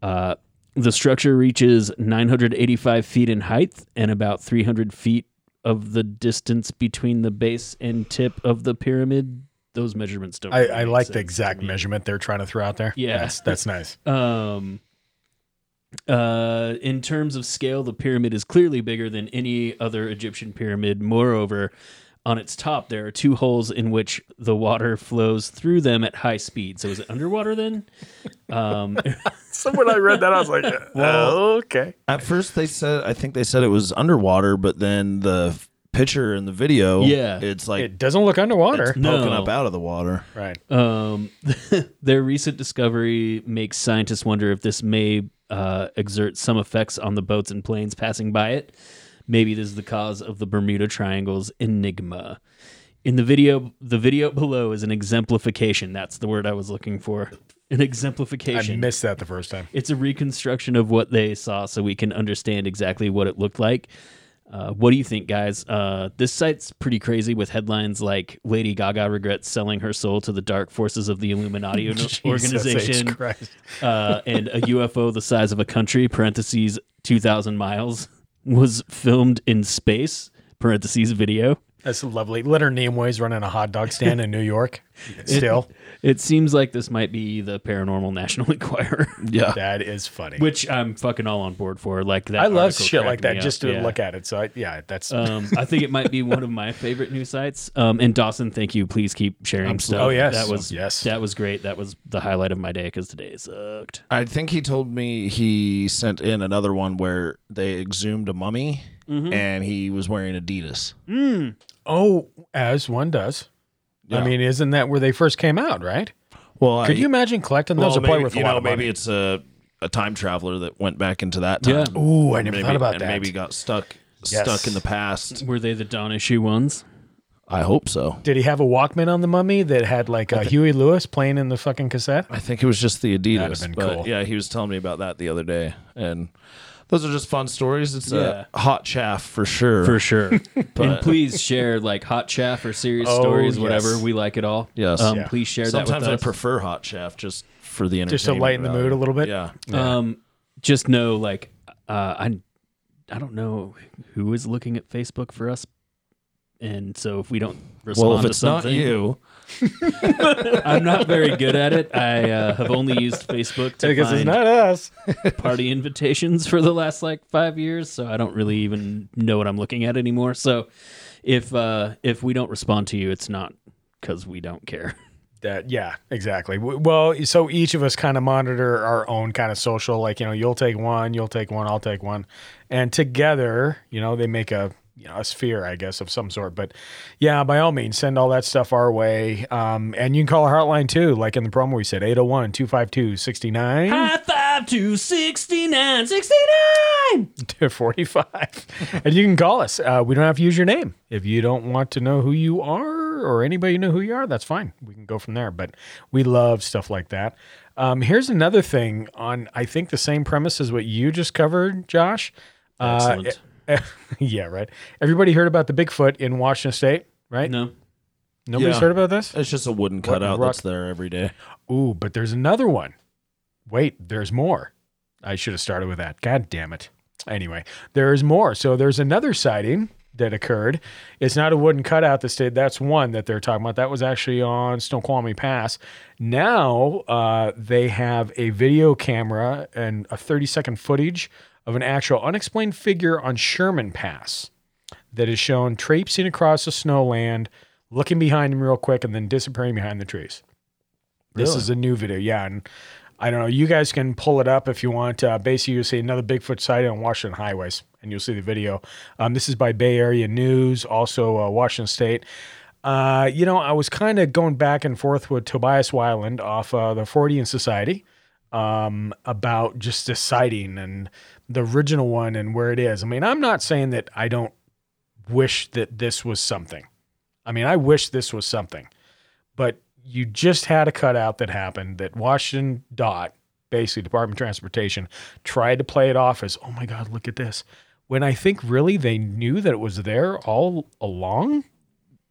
Uh, the structure reaches 985 feet in height and about 300 feet of the distance between the base and tip of the pyramid. Those measurements don't. I, really I make like sense the to exact me. measurement they're trying to throw out there. Yeah. That's, that's nice. Um, uh, in terms of scale, the pyramid is clearly bigger than any other Egyptian pyramid. Moreover, on its top, there are two holes in which the water flows through them at high speed. So, is it underwater then? Um, So when I read that, I was like, okay. At first, they said, I think they said it was underwater, but then the f- picture in the video, Yeah. it's like It doesn't look underwater. it's poking No. up out of the water. Right. Um, their recent discovery makes scientists wonder if this may uh, exert some effects on the boats and planes passing by it. Maybe this is the cause of the Bermuda Triangle's enigma. In the video, the video below is an exemplification. That's the word I was looking for. An I exemplification. missed that the first time. It's a reconstruction of what they saw so we can understand exactly what it looked like. Uh, what do you think, guys? Uh, this site's pretty crazy with headlines like Lady Gaga regrets selling her soul to the dark forces of the Illuminati or- Jesus H. organization Christ. uh, and a UFO the size of a country, parentheses, 2,000 miles, was filmed in space, parentheses, video. That's lovely. Leonard Nimoy's running a hot dog stand in New York. Still, It seems like this might be the Paranormal National Enquirer, Yeah. that is funny. which I'm fucking all on board for. Like that I love article shit like cracked that me up. just to Yeah. look at it. So I, yeah, that's. Um, I think it might be one of my favorite news sites. Um, and Dawson, thank you. Please keep sharing stuff. Oh, yes. that was Yes. that was great. That was the highlight of my day because today sucked. I think he told me he sent in another one where they exhumed a mummy and he was wearing Adidas. oh, as one does. I Yeah. mean, isn't that where they first came out? Right. Well, Could you imagine collecting well, those? a maybe, play with a you lot know, of maybe money. it's a, a time traveler that went back into that time. Yeah. Ooh, I never Maybe- thought about and that. Maybe got stuck Yes. stuck in the past. Were they the Don issue ones? I hope so. Did he have a Walkman on the mummy that had like uh, Huey Lewis playing in the fucking cassette? I think it was just the Adidas. been but cool. Yeah, he was telling me about that the other day, and Those are just fun stories. It's a Yeah. hot chaff for sure. for sure. and please share like hot chaff or serious Oh, stories, yes. whatever. We like it all. Yes. Um, Yeah. Please share that Sometimes with I us. prefer hot chaff just for the entertainment. Just to lighten the value. mood a little bit. Yeah. Um, just know, like, uh, I, I don't know who is looking at Facebook for us, and so if we don't respond Well, if to it's not something, you, I'm not very good at it. I uh, have only used Facebook to Because it's find not us. party invitations for the last like five years, so I don't really even know what I'm looking at anymore. So, if uh, if we don't respond to you, it's not because we don't care. That yeah, exactly. W- Well, so each of us kind of monitor our own kind of social. Like you know, you'll take one, you'll take one, I'll take one, and together, you know, they make a you know a sphere, I guess, of some sort. But yeah, by all means, send all that stuff our way. Um, and you can call our hotline too, like in the promo we said 801-252-69 High five to 69, 69! to 45. and you can call us. Uh, we don't have to use your name. If you don't want to know who you are or anybody know who you are, that's fine. We can go from there. But we love stuff like that. Um, here's another thing on, I think, the same premise as what you just covered, Josh. Uh, Excellent. eh, yeah, right. Everybody heard about the Bigfoot in Washington State, right? No. Nobody's Yeah. heard about this? it's just a wooden cutout rock- that's there every day. Ooh, but there's another one. Wait, there's more. I should have started with that. God damn it. Anyway, there is more. So there's another sighting that occurred. It's not a wooden cutout that stayed. That's one that they're talking about. That was actually on Snoqualmie Pass. Now uh, they have a video camera and a 30 second footage of an actual unexplained figure on Sherman Pass that is shown traipsing across the snowland, looking behind him real quick, and then disappearing behind the trees. This is a new video, yeah. And I don't know. You guys can pull it up if you want. Uh, basically, you'll see another Bigfoot sighting on Washington highways, and you'll see the video. Um, this is by Bay Area News, also uh, Washington State. Uh, you know, I was kind of going back and forth with Tobias Wyland off uh, the Fortean Society um, about just this sighting and the original one and where it is. I mean, I'm not saying that I don't wish that this was something. I mean, I wish this was something, but you just had a cutout that happened that Washington Dot, basically Department of Transportation, tried to play it off as, oh my God, look at this. When I think really they knew that it was there all along,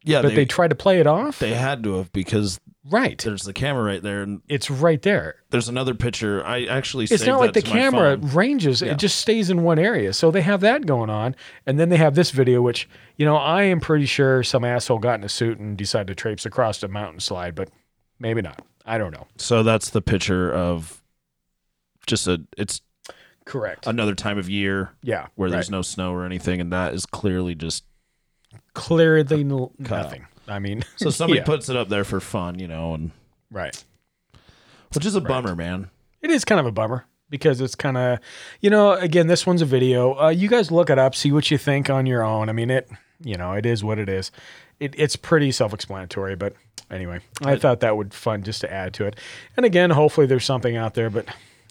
Yeah, but they, tried to play it off. they had to have because right. there's the camera right there, and It's right there. there's another picture. I actually It's saved not like that the to my camera phone. ranges; Yeah. it just stays in one area. So they have that going on, and then they have this video, which you know I am pretty sure some asshole got in a suit and decided to traipse across a mountain slide, but maybe not. I don't know. So that's the picture of just a. It's Correct. another time of year yeah, where right. there's no snow or anything, and that is clearly just. clearly n- Cut nothing. I mean, So somebody Yeah. puts it up there for fun, you know, and right. which is a bummer, man. It is kind of a bummer because it's kind of, you know, again, this one's a video. Uh, you guys look it up, see what you think on your own. I mean, it, you know, it is what it is. It, it's pretty self-explanatory, but anyway, I thought that would fun just to add to it. And again, hopefully there's something out there, but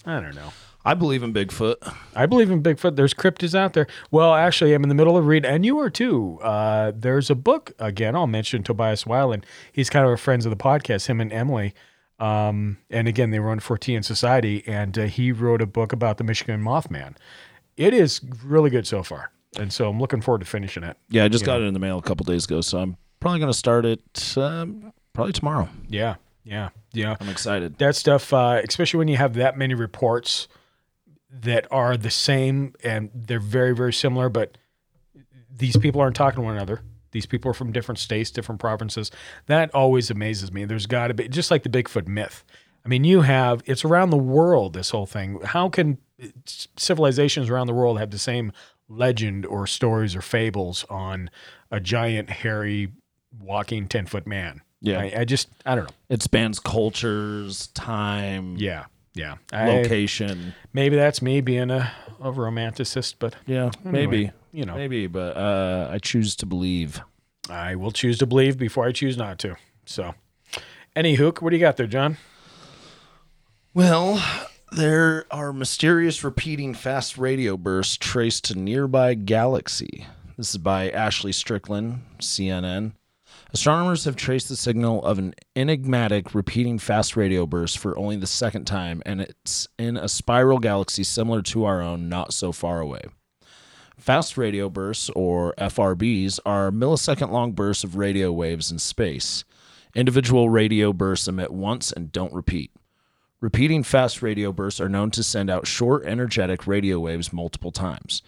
I don't know. I believe in Bigfoot. I believe in Bigfoot. There's cryptids out there. Well, actually, I'm in the middle of reading, and you are too. Uh, there's a book again. I'll mention Tobias Weiland. He's kind of a friends of the podcast. Him and Emily. Um, and again, they run Fortean Society, and uh, he wrote a book about the Michigan Mothman. It is really good so far, and so I'm looking forward to finishing it. Yeah, I just got it in the mail a couple days ago, so I'm probably going to start it um, probably tomorrow. Yeah, yeah, yeah. I'm excited. that stuff, uh, especially when you have that many reports that are the same and they're very, very similar, but these people aren't talking to one another. These people are from different states, different provinces. That always amazes me. There's got to be, just like the Bigfoot myth. I mean, you have, it's around the world, this whole thing. How can civilizations around the world have the same legend or stories or fables on a giant, hairy, walking 10 foot man? Yeah. I, I just, I don't know. It spans cultures, time, Yeah. Yeah. I- location. Maybe that's me being a, a romanticist, but yeah, anyway, maybe. you know, Maybe, but uh, I choose to believe. I will choose to believe before I choose not to. So, any hook? What do you got there, John? Well, there are mysterious repeating fast radio bursts traced to nearby galaxy. This is by Ashley Strickland, CNN. Astronomers have traced the signal of an enigmatic repeating fast radio burst for only the second time, and it's in a spiral galaxy similar to our own, not so far away. Fast radio bursts, or FRBs, are millisecond long bursts of radio waves in space. Individual radio bursts emit once and don't repeat. Repeating fast radio bursts are known to send out short, energetic radio waves multiple times.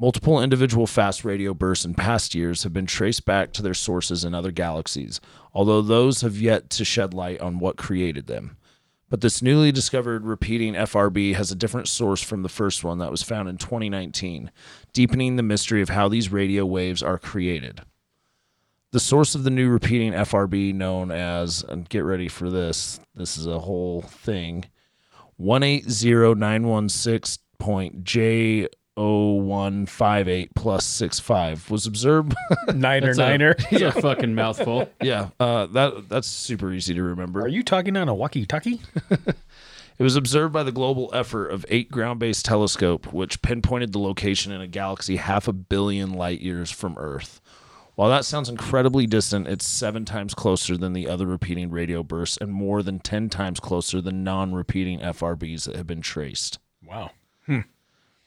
Multiple individual fast radio bursts in past years have been traced back to their sources in other galaxies, although those have yet to shed light on what created them. But this newly discovered repeating FRB has a different source from the first one that was found in 2019, deepening the mystery of how these radio waves are created. The source of the new repeating FRB, known as, and get ready for this, this is a whole thing. 180916.J0158 plus 65 was observed. Niner, That's a- niner. That's a fucking mouthful. yeah, uh, that that's super easy to remember. Are you talking on a walkie-talkie? It was observed by the global effort of eight ground based telescope, which pinpointed the location in a galaxy half a billion light years from Earth. While that sounds incredibly distant, it's seven times closer than the other repeating radio bursts and more than 10 times closer than non repeating FRBs that have been traced. Wow.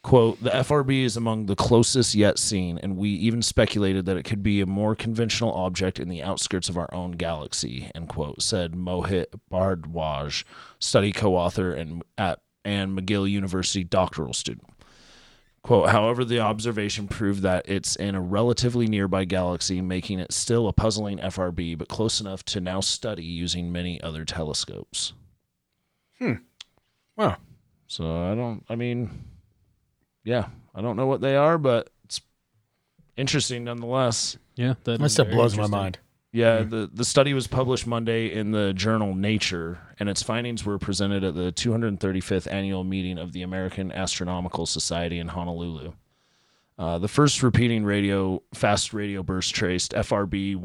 Quote, the FRB is among the closest yet seen, and we even speculated that it could be a more conventional object in the outskirts of our own galaxy, end quote, said Mohit Bhardwaj, study co author and at and McGill University doctoral student. Quote, however, the observation proved that it's in a relatively nearby galaxy, making it still a puzzling FRB, but close enough to now study using many other telescopes. Wow. So I don't. I mean, yeah, I don't know what they are, but it's interesting nonetheless. Yeah, that That is stuff very blows my interesting. mind. Yeah, the the study was published Monday in the journal Nature, and its findings were presented at the 235th annual meeting of the American Astronomical Society in Honolulu. Uh, the first repeating radio fast radio burst traced FRB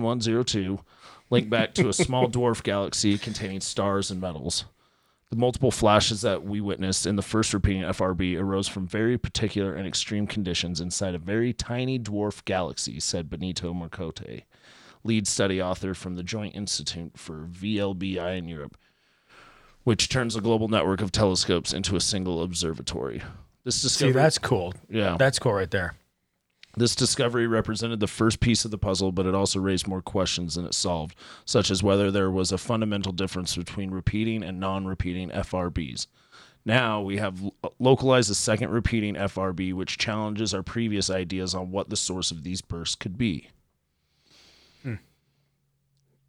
121102 linked back to a small dwarf galaxy containing stars and metals. The multiple flashes that we witnessed in the first repeating FRB arose from very particular and extreme conditions inside a very tiny dwarf galaxy, said Benito Mercote, lead study author from the Joint Institute for VLBI in Europe, which turns a global network of telescopes into a single observatory. This See, discovery, that's cool. yeah, That's cool right there. this discovery represented the first piece of the puzzle, but it also raised more questions than it solved, such as whether there was a fundamental difference between repeating and non repeating FRBs. Now we have lo- localized a second repeating FRB, which challenges our previous ideas on what the source of these bursts could be.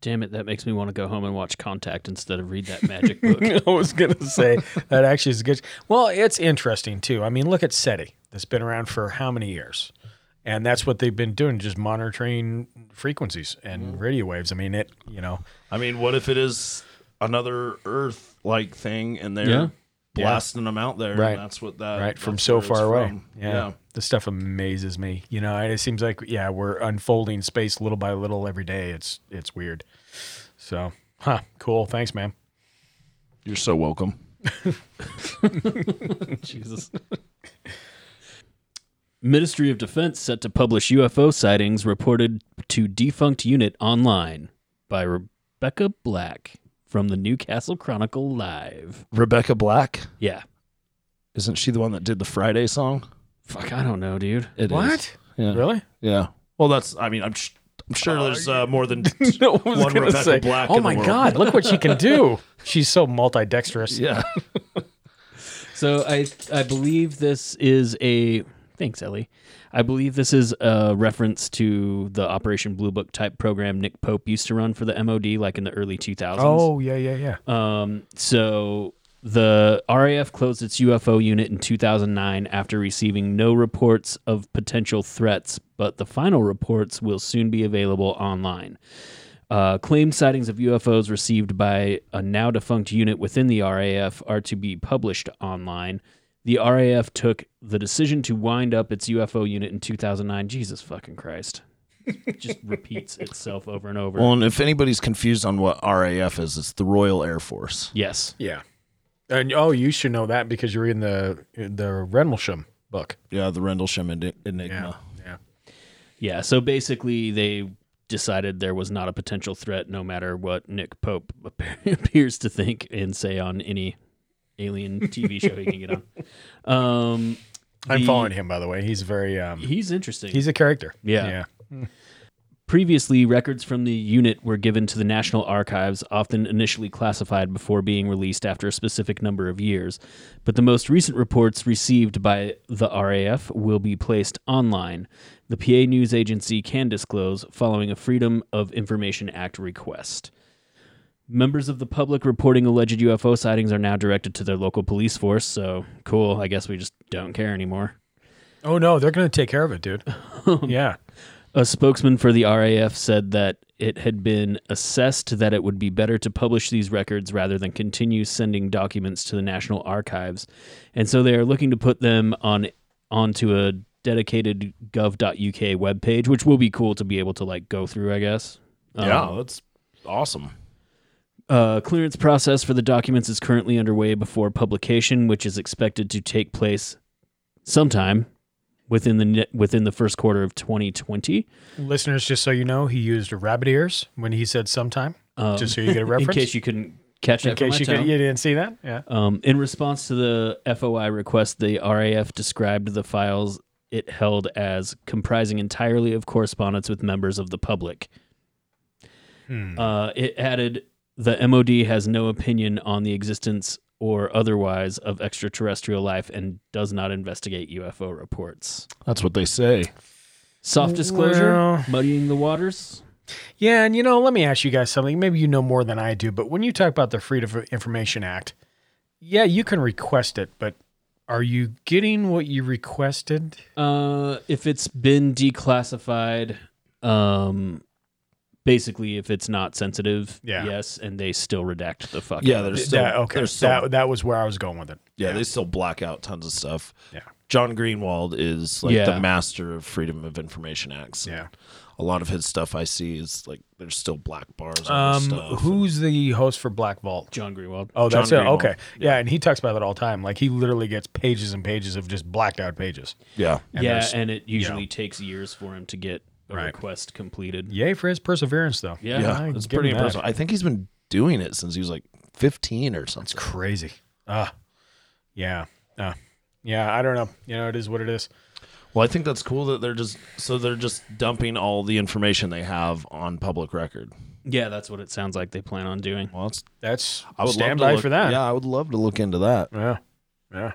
Damn it, that makes me want to go home and watch Contact instead of read that magic book. I was gonna say that actually is good. Well, it's interesting too. I mean, look at SETI. That's been around for how many years? And that's what they've been doing, just monitoring frequencies and radio waves. I mean, it. You know, I mean, what if it is another Earth like thing and they're Yeah. blasting them out there? Right. And that's what that right from that's so where it's far away. from. Yeah. This stuff amazes me. You know, and it seems like yeah, we're unfolding space little by little every day. It's it's weird. So, huh, cool. Thanks, man. You're so welcome. Jesus. Ministry of Defense set to publish UFO sightings reported to defunct unit online by Rebecca Black from the Newcastle Chronicle Live. Rebecca Black. Yeah. Isn't she the one that did the Friday song? Fuck, I don't know, dude. It is. Yeah. Really? Yeah. Well, that's. I mean, I'm. Sh- I'm sure there's uh, more than No, I was one gonna Rebecca say, Black. Oh in the my world. God! Look what she can do. She's so multidextrous. Yeah. So I I believe this is a thanks Ellie. I believe this is a reference to the Operation Blue Book type program Nick Pope used to run for the MOD like in the early 2000s. Oh yeah, yeah, yeah. Uh, Um, so the RAF closed its UFO unit in 2009 after receiving no reports of potential threats, but the final reports will soon be available online. Uh, claimed sightings of UFOs received by a now defunct unit within the RAF are to be published online. The RAF took the decision to wind up its UFO unit in 2009. Jesus fucking Christ. It just repeats itself over and over. Well, and if anybody's confused on what RAF is, it's the Royal Air Force. yes. Yeah. And oh, you should know that because you're in the the Rendlesham book. Yeah, the Rendlesham en- Enigma. Yeah. Yeah, so basically they decided there was not a potential threat, no matter what Nick Pope appear- appears to think and say on any alien TV show he can get on. Um, I'm the- following him by the way. He's very um He's interesting. he's a character. Yeah. Yeah. Previously, records from the unit were given to the National Archives, often initially classified before being released after a specific number of years. But the most recent reports received by the RAF will be placed online. The PA news agency can disclose following a Freedom of Information Act request. Members of the public reporting alleged UFO sightings are now directed to their local police force, so cool. I guess we just don't care anymore. Oh no, they're going to take care of it, dude. yeah. A spokesman for the RAF said that it had been assessed that it would be better to publish these records rather than continue sending documents to the National Archives, and so they are looking to put them on onto a dedicated gov.uk webpage, which will be cool to be able to like go through, I guess. Um, yeah, that's awesome. Uh, clearance process for the documents is currently underway before publication, which is expected to take place sometime within the ne- within the first quarter of 2020. Listeners, just so you know, he used rabbit ears when he said sometime. Um, just so you get a reference. in case you couldn't catch that in from case my you, tongue. could, you didn't see that. Yeah. Um, in response to the FOI request, the RAF described the files it held as comprising entirely of correspondence with members of the public. Hmm. Uh, it added the MOD has no opinion on the existence or otherwise of extraterrestrial life and does not investigate UFO reports. That's what they say. Soft disclosure, Well- muddying the waters. Yeah, and you know, let me ask you guys something. Maybe you know more than I do, but when you talk about the Freedom of Information Act, yeah, you can request it, but are you getting what you requested? Uh, if it's been declassified, um, basically, if it's not sensitive, Yeah. yes, and they still redact the fuck. Yeah, out of there's it. still, yeah, okay. there's still- that, that was where I was going with it. yeah, they still black out tons of stuff. Yeah. John Greenwald is like Yeah. the master of Freedom of Information Acts. Yeah. a lot of his stuff I see is like there's still black bars. On Um, his stuff. who's the host for Black Vault? John Greenwald. Oh, that's John it. Greenwald. Okay. Yeah. and he talks about that all the time. Like he literally gets pages and pages of just blacked out pages. yeah, yeah, there's- and it usually takes years for him to get a Right. request completed. Yay for his perseverance, though. Yeah. yeah, I it's give pretty him that. impressive. I think he's been doing it since he was like 15 or It's something. crazy. Ah, yeah. Uh, yeah, I don't know. You know, it is what it is. Well, I think that's cool that they're just so they're just dumping all the information they have on public record. Yeah, that's what it sounds like they plan on doing. Well, it's, That's I would stand love to by look, for that. Yeah, I would love to look into that. Yeah. Yeah.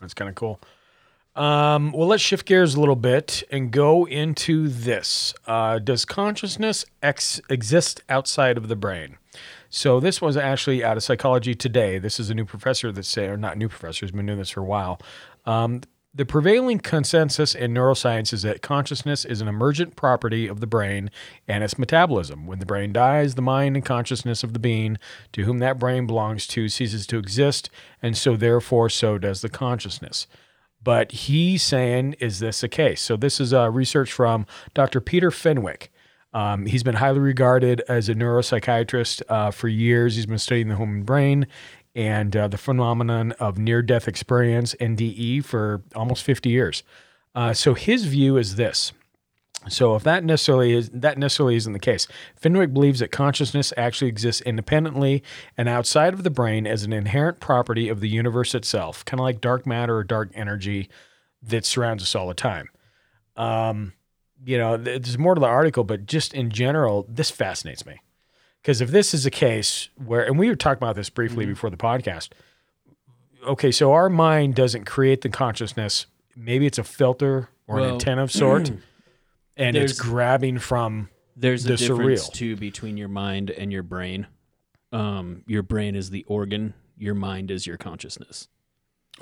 That's kind of cool. Um, well, let's shift gears a little bit and go into this. Uh, does consciousness ex- exist outside of the brain? So this was actually out of Psychology Today. This is a new professor that say, or not new professor, has been doing this for a while. Um, the prevailing consensus in neuroscience is that consciousness is an emergent property of the brain and its metabolism. When the brain dies, the mind and consciousness of the being to whom that brain belongs to ceases to exist, and so therefore so does the consciousness. But he's saying, is this the case? So this is uh, research from Dr. Peter Fenwick. Um, he's been highly regarded as a neuropsychiatrist uh, for years. He's been studying the human brain and uh, the phenomenon of near death experience, NDE, for almost 50 years. Uh, so his view is this. So if that necessarily is that necessarily isn't the case, Fenwick believes that consciousness actually exists independently and outside of the brain as an inherent property of the universe itself, kind of like dark matter or dark energy that surrounds us all the time. Um, you know, th- there's more to the article, but just in general, this fascinates me because if this is a case where, and we were talking about this briefly before the podcast. Okay, so our mind doesn't create the consciousness. Maybe it's a filter or an Well, antenna of sort and it's There's- grabbing from There's a The difference surreal. too between your mind and your brain. Um, your brain is the organ. Your mind is your consciousness.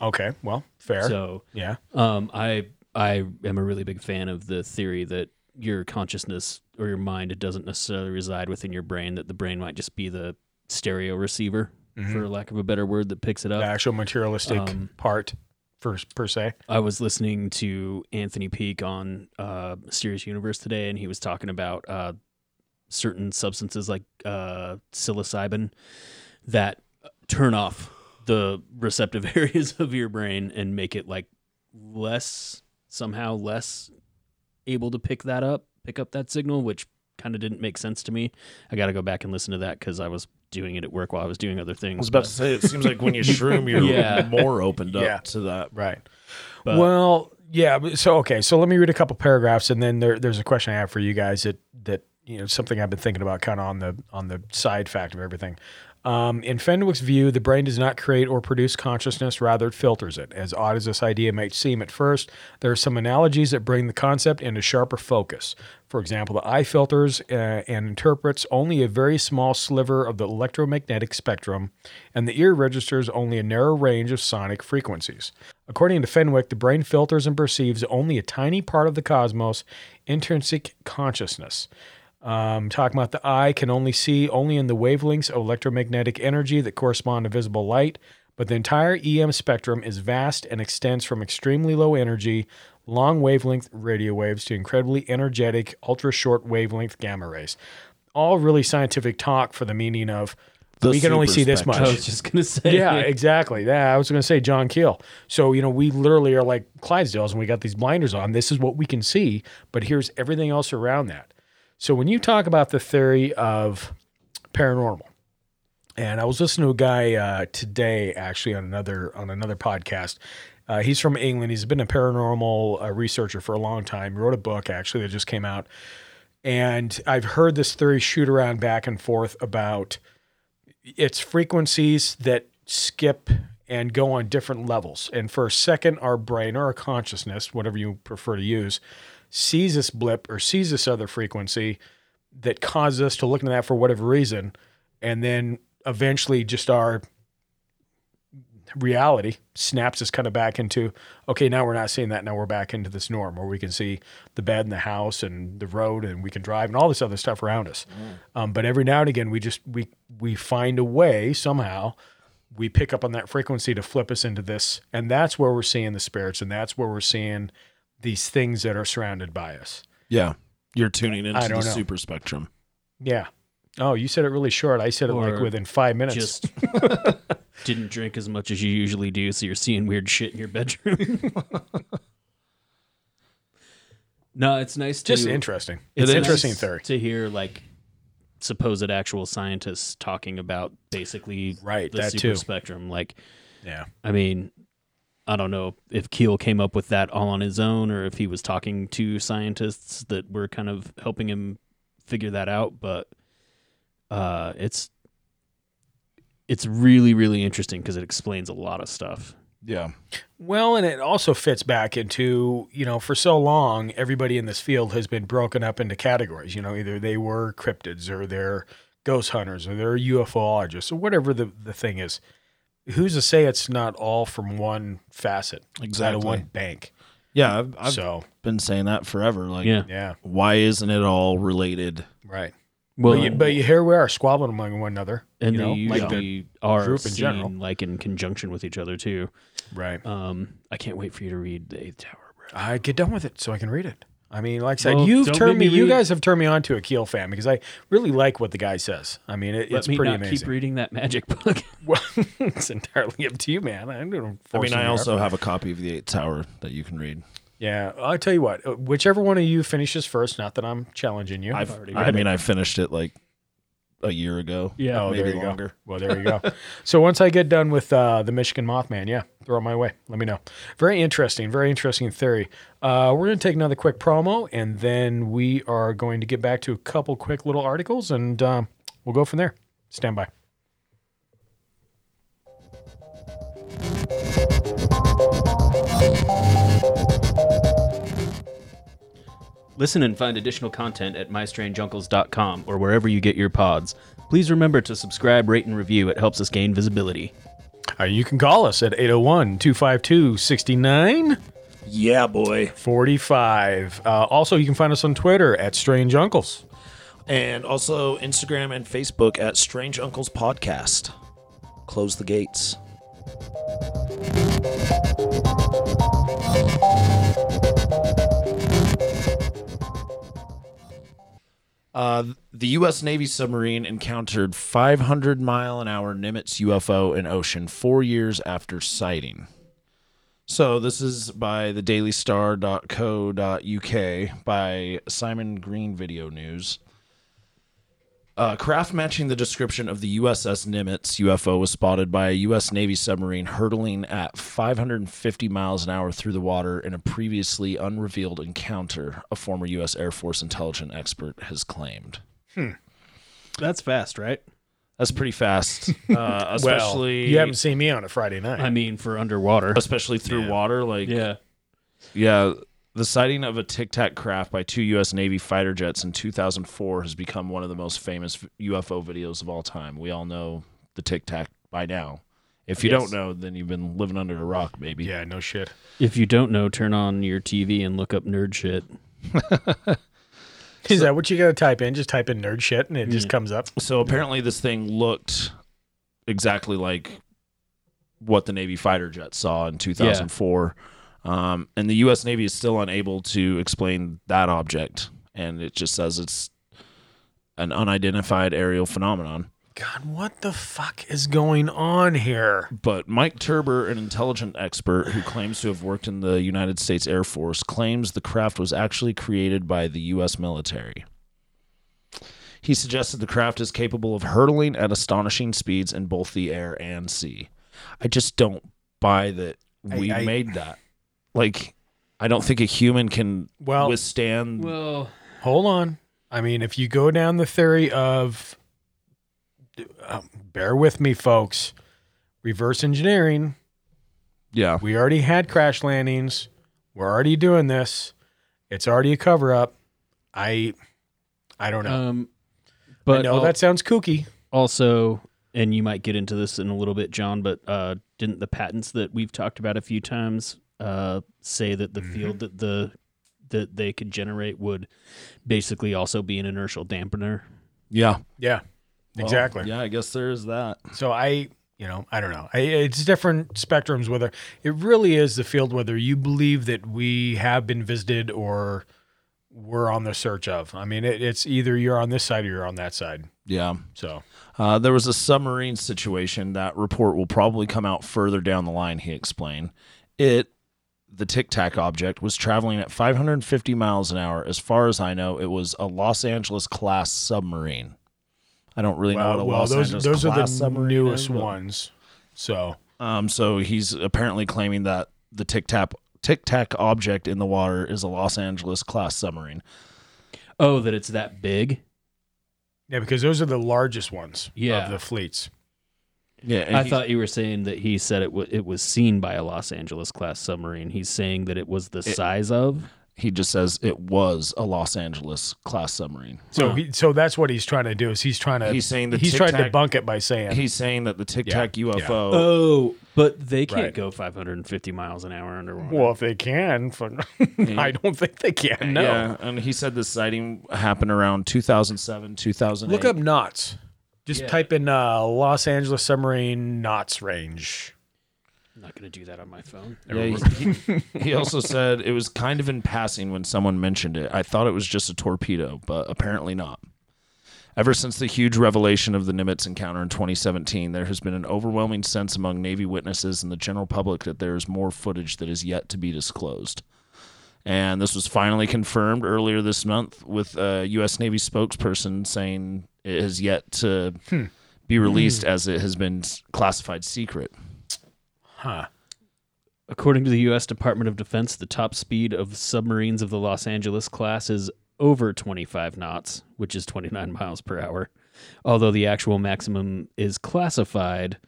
okay well fair So yeah Um, I I am a really big fan of the theory that your consciousness or your mind it doesn't necessarily reside within your brain. That the brain might just be the stereo receiver, for lack of a better word, that picks it the up. actual materialistic part per, per se I was listening to Anthony Peak on uh, Serious Universe today, and he was talking about uh, certain substances like uh, psilocybin that turn off the receptive areas of your brain and make it like less somehow less able to pick that up, pick up that signal, which kind of didn't make sense to me. I got to go back and listen to that because I was doing it at work while I was doing other things. I was about but- to say, it seems like when you shroom, you're Yeah. more opened up Yeah. to that. Right. But- well, yeah. but- So okay. So let me read a couple paragraphs, and then there, there's a question I have for you guys that that you know something I've been thinking about, kind of on the on the side fact of everything. Um, in Fenwick's view, the brain does not create or produce consciousness; rather, it filters it. As odd as this idea may seem at first, there are some analogies that bring the concept into sharper focus. For example, the eye filters uh, and interprets only a very small sliver of the electromagnetic spectrum, and the ear registers only a narrow range of sonic frequencies. According to Fenwick, the brain filters and perceives only a tiny part of the cosmos, intrinsic consciousness. Um, talking about the eye can only see only in the wavelengths of electromagnetic energy that correspond to visible light, but the entire EM spectrum is vast and extends from extremely low energy, long wavelength radio waves to incredibly energetic, ultra short wavelength gamma rays. All really scientific talk for the meaning of The we can only see this superspectrum. much I was just gonna say, yeah, exactly. Yeah, I was going to say John Keel. So, you know, we literally are like Clydesdales and we got these blinders on. This is what we can see, but here's everything else around that. So, when you talk about the theory of paranormal, and I was listening to a guy uh, today actually on another on another podcast. Uh, he's from England. He's been a paranormal uh, researcher for a long time. He wrote a book actually that just came out. And I've heard this theory shoot around back and forth about it's frequencies that skip and go on different levels. And for a second, our brain or our consciousness, whatever you prefer to use, sees this blip or sees this other frequency that causes us to look into that for whatever reason. And then eventually, just our reality snaps us kind of back into okay now we're not seeing that now we're back into this norm where we can see the bed and the house and the road and we can drive and all this other stuff around us Mm. um, but every now and again we just we we find a way somehow we pick up on that frequency to flip us into this and that's where we're seeing the spirits and that's where we're seeing these things that are surrounded by us Yeah. You're tuning into I don't the know. super spectrum. yeah oh you said it really short i said it like Or within five minutes just didn't drink as much as you usually do, so you're seeing weird shit in your bedroom. no, it's nice to just interesting It's it's nice interesting theory to hear like supposed actual scientists talking about basically Right, the that super too. spectrum. Like, yeah I mean, I don't know if Keel came up with that all on his own or if he was talking to scientists that were kind of helping him figure that out, but uh, it's it's really really interesting because it explains a lot of stuff. Yeah. Well, and it also fits back into, you know, for so long, everybody in this field has been broken up into categories. You know, either they were cryptids or they're ghost hunters or they're UFOologists or whatever the, the thing is. Who's to say it's not all from one facet, out of Exactly. one bank? Yeah. I've, I've so, been saying that forever. Like, yeah. yeah, why isn't it all related? right. Well, but, you, but you- here we are squabbling among one another. and you know, they like the- usually are group in seen, general. like in conjunction with each other too. right. Um, I can't wait for you to read the Eighth Tower, bro. Uh, I get done with it so I can read it. I mean, like I said, Well, you've don't turned me. make me You read- guys have turned me on to a Keel fan because I really like what the guy says. I mean, it, Let it's me pretty not amazing. keep reading that magic book. Well, it's entirely up to you, man. I'm going to. I mean, I also have a copy of The Eighth Tower that you can read. Yeah, I'll tell you what. uh, Whichever one of you finishes first. Not that I'm challenging you. I've, I mean, I finished it like a year ago. Yeah. Oh, maybe there you longer. go. Well, there you go. so once I get done with uh, the Michigan Mothman, yeah, throw it my way. Let me know. Very interesting. Very interesting theory. Uh, we're going to take another quick promo, and then we are going to get back to a couple quick little articles, and um, we'll go from there. Stand by. Listen and find additional content at mystrangeuncles.com or wherever you get your pods. Please remember to subscribe, rate, and review. It helps us gain visibility. Uh, you can call us at 801 252 69. Yeah, boy. 45. Uh, also, you can find us on Twitter at Strange Uncles. And also Instagram and Facebook at Strange Uncles Podcast. Close the gates. Uh, the U.S. Navy submarine encountered 500 mile an hour Nimitz UFO in ocean four years after sighting. So this is by the dailystar.co.uk by Simon Green Video News. Uh, craft matching the description of the USS Nimitz UFO was spotted by a U.S. Navy submarine hurtling at 550 miles an hour through the water in a previously unrevealed encounter, a former U.S. Air Force intelligence expert has claimed. That's fast, right? That's pretty fast, uh, Well, especially you haven't seen me on a Friday night. I mean, for underwater. especially through water. Like, Yeah. Yeah, the sighting of a Tic Tac craft by two U.S. Navy fighter jets in 2004 has become one of the most famous UFO videos of all time. We all know the Tic Tac by now. If you Yes. don't know, then you've been living under a rock, baby. yeah, no shit. If you don't know, turn on your TV and look up nerd shit. Is that what you got to type in? Just type in nerd shit and it just comes up. So apparently, this thing looked exactly like what the Navy fighter jet saw in 2004. Um, and the U.S. Navy is still unable to explain that object. And it just says it's an unidentified aerial phenomenon. God, what the fuck is going on here? But Mike Turber, an intelligence expert who claims to have worked in the United States Air Force, claims the craft was actually created by the U.S. military. He suggested the craft is capable of hurtling at astonishing speeds in both the air and sea. I just don't buy that we I- made that. Like, I don't think a human can Well- withstand. Well, Hold on. I mean, if you go down the theory of, um, bear with me, folks, reverse engineering, yeah, we already had crash landings. We're already doing this. It's already a cover up. I, I don't know. um, but I but know al- that sounds kooky. also, and you might get into this in a little bit, John, but uh, didn't the patents that we've talked about a few times uh, say that the field that the that they could generate would basically also be an inertial dampener? yeah, Yeah, Well, exactly. yeah, I guess there is that. So I, you know, I don't know. I, it's different spectrums. Whether it really is the field, whether you believe that we have been visited or we're on the search of. I mean, it, it's either you're on this side or you're on that side. Yeah. So Uh, there was a submarine situation. That report will probably come out further down the line, he explained. It, the Tic Tac object, was traveling at 550 miles an hour. As far as I know, it was a Los Angeles class submarine. I don't really know what a Los Angeles those are class the submarine newest is, but- ones. So Um, so he's apparently claiming that the Tic Tac Tic Tac object in the water is a Los Angeles class submarine. Oh, that it's that big. yeah, because those are the largest ones Yeah. of the fleets. Yeah, and I he- thought you were saying that he said it w- it was seen by a Los Angeles class submarine. He's saying that it was the size of. he just says it was a Los Angeles class submarine. So he, so that's what he's trying to do. Is he's trying to He's saying the he's trying to tic-tac- bunk it by saying He's saying that the Tic Yeah, Tac yeah. UFO. Oh, but they can't Right. go 550 miles an hour underwater. Well, if they can, fuck- I don't think they can. No. Yeah, and he said the sighting happened around 2007, 2008. Look up knots. Just type in uh, Los Angeles submarine knots range. I'm not going to do that on my phone. Yeah, he, he- he also said it was kind of in passing when someone mentioned it. I thought it was just a torpedo, but apparently not. Ever since the huge revelation of the Nimitz encounter in 2017, there has been an overwhelming sense among Navy witnesses and the general public that there is more footage that is yet to be disclosed. And this was finally confirmed earlier this month with a U.S. Navy spokesperson saying it has yet to be released as it has been s- classified secret. Huh. According to the U.S. Department of Defense, the top speed of submarines of the Los Angeles class is over 25 knots, which is 29 miles per hour, although the actual maximum is classified.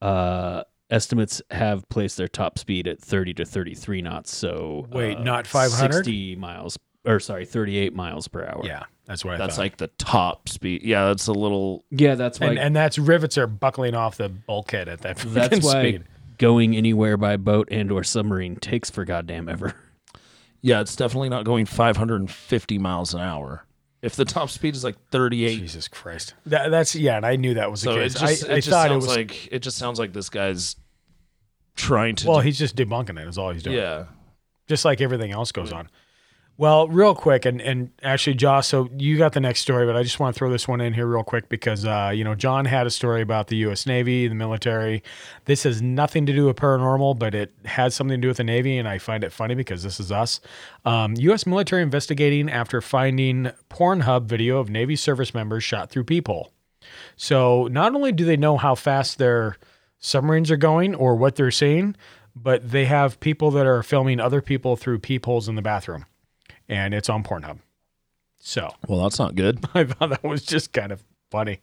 Uh, estimates have placed their top speed at 30 to 33 knots. So Wait, uh, not 500? 60 miles, or sorry, 38 miles per hour. Yeah, that's what I That's thought. like the top speed. Yeah, that's a little yeah, that's why. and, and that's rivets are buckling off the bulkhead at that that's freaking why speed. going anywhere by boat and or submarine takes for goddamn ever. Yeah, it's definitely not going 550 miles an hour. If the top speed is like 38, Jesus Christ. That, that's yeah, and I knew that was so the it case. just, I, it I just thought it sounds was like it just sounds like this guy's trying to. well, do- he's just debunking it. Is all he's doing. yeah, Just like everything else goes on. Well, real quick, and, and actually, Josh, so you got the next story, but I just want to throw this one in here real quick because, uh, you know, John had a story about the U.S. Navy, the military. This has nothing to do with paranormal, but it has something to do with the Navy, and I find it funny because this is us. Um, U.S. military investigating after finding Pornhub video of Navy service members shot through people. So not only do they know how fast their submarines are going or what they're seeing, but they have people that are filming other people through peepholes in the bathroom, and it's on Pornhub. So Well, that's not good. I thought that was just kind of funny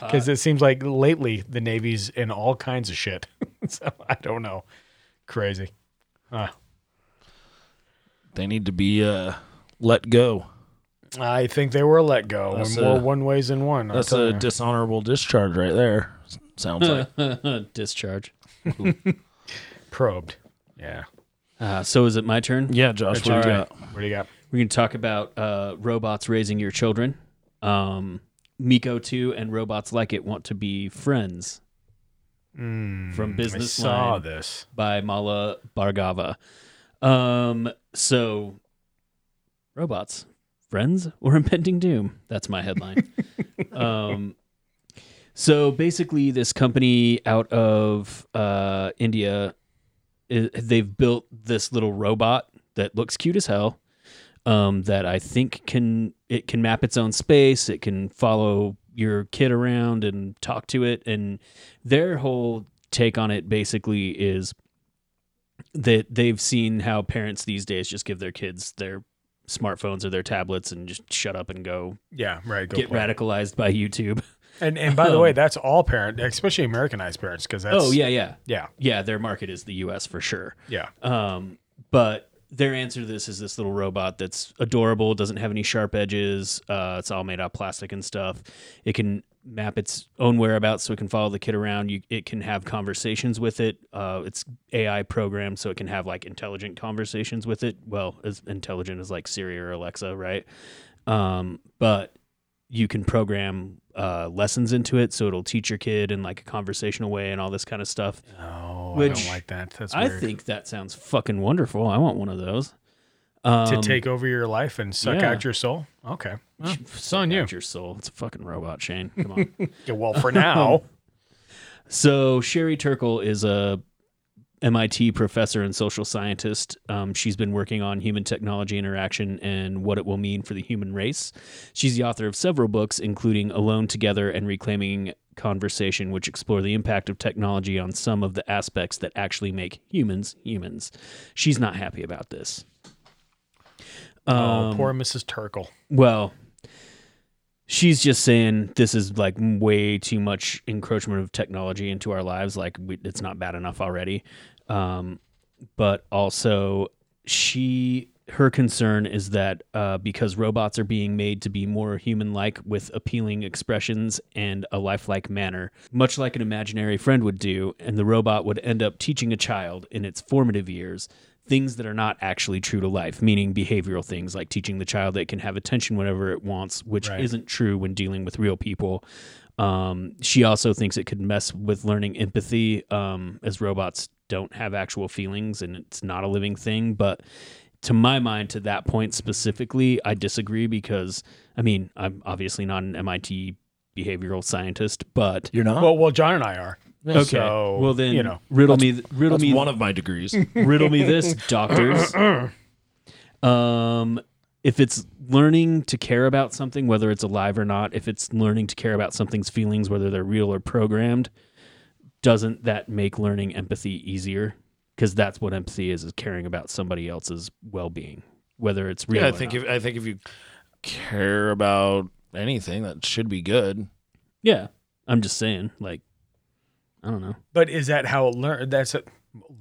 because it seems like lately the Navy's in all kinds of shit. so I don't know, crazy. They need to be uh, let go. I think they were let go. That's We're more a- one ways than one. I'll That's tell a you. dishonorable discharge right there. s- Sounds like. Discharge. probed. Yeah. Uh, so is it my turn? yeah, Josh, what do you What do you got? We're going to talk about uh, robots raising your children. Um, Miko 2 and robots like it want to be friends from Hmm, I Business saw Line this. by Mala Bargava. Um, so, robots, friends, or impending doom? That's my headline. um, so basically, this company out of uh, India, i they've built this little robot that looks cute as hell. Um, that I think can it can map its own space. It can follow your kid around and talk to it. And their whole take on it basically is that they've seen how parents these days just give their kids their smartphones or their tablets and just shut up and go Yeah, right. Go get play. radicalized by YouTube. And and by the way, that's all parent, especially Americanized parents, because that's oh yeah, yeah, yeah, yeah. Their market is the U.S. for sure. yeah. Um, but their answer to this is this little robot that's adorable, doesn't have any sharp edges. Uh, it's all made out of plastic and stuff. It can map its own whereabouts, so it can follow the kid around. You, it can have conversations with it. Uh, it's AI programmed, so it can have like intelligent conversations with it. Well, as intelligent as like Siri or Alexa, right? Um, but you can program uh, lessons into it, so it'll teach your kid in like a conversational way and all this kind of stuff. Oh, I Which don't like that. That's I weird. think that sounds fucking wonderful. I want one of those. Um, to take over your life and suck yeah. out your soul. Okay, Well, it's on you. out your soul. It's a fucking robot, Shane. Come on. Yeah, well, for now, So Sherry Turkle is a MIT professor and social scientist. Um, she's been working on human technology interaction and what it will mean for the human race. She's the author of several books, including Alone Together and Reclaiming Conversation, which explore the impact of technology on some of the aspects that actually make humans humans. She's not happy about this. Um, oh, poor Mrs. Turkle. Well, she's just saying this is like way too much encroachment of technology into our lives. Like we, it's not bad enough already. Um, but also, she her concern is that uh, because robots are being made to be more human-like with appealing expressions and a lifelike manner, much like an imaginary friend would do, and the robot would end up teaching a child in its formative years things that are not actually true to life, meaning behavioral things like teaching the child that it can have attention whenever it wants, which isn't true when dealing with real people. Um, she also thinks it could mess with learning empathy, um, as robots don't have actual feelings and it's not a living thing. But to my mind, to that point specifically, I disagree because I mean, I'm obviously not an MIT behavioral scientist, but You're not? Well, well, John and I are. okay. So, well, then you know, riddle me, th- riddle that's me one of my degrees. riddle me this, doctors. um, if it's learning to care about something, whether it's alive or not, if it's learning to care about something's feelings, whether they're real or programmed, doesn't that make learning empathy easier? Because that's what empathy is: is caring about somebody else's well-being, whether it's real. yeah, I or think not. if I think if you care about anything, that should be good. yeah, I'm just saying, like, I don't know. but is that how it learn? That's a,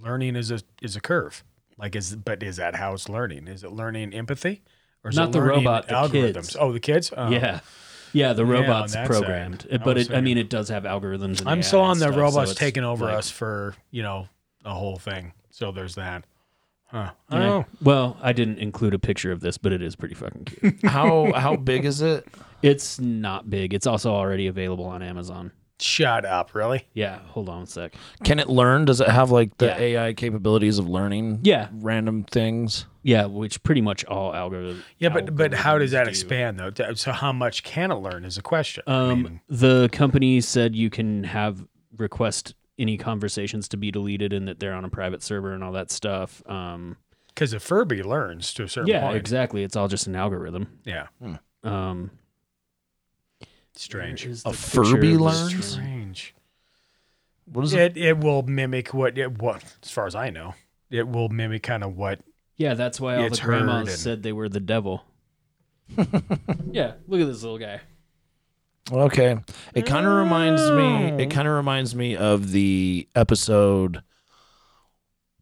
learning is a is a curve. Like is but is that how it's learning? Is it learning empathy or is Not it the learning robot, the algorithms? kids. Oh, the kids. Oh. yeah. Yeah, the Yeah, on robot's that side. programmed, I but was it, I mean, thinking- it does have algorithms. And I'm AI still and on the stuff, so robots it's taking over like- us for you know the whole thing. So there's that. Huh. Yeah. Oh, Well, I didn't include a picture of this, but it is pretty fucking cute. How how big is it? it's not big. It's also already available on Amazon. Shut up, really? Yeah, hold on a sec. Can it learn? Does it have like the Yeah. AI capabilities of learning? Yeah. Random things. Yeah, which pretty much all algorithms. Yeah, but but how does that expand though? To- So how much can it learn is a question. I Um, mean, the company said you can have request any conversations to be deleted and that they're on a private server and all that stuff. Um, 'cause if Furby learns to a certain yeah, point, exactly. It's all just an algorithm. yeah, Um, strange, is A the picture of Furby this learns? drone? strange. What is it? It it will mimic what it what as far as I know, it will mimic kind of what Yeah, that's why all It's the grandmas heard and- said they were the devil. yeah, look at this little guy. Okay. It kind of reminds me. Mm. It kind of reminds me of the episode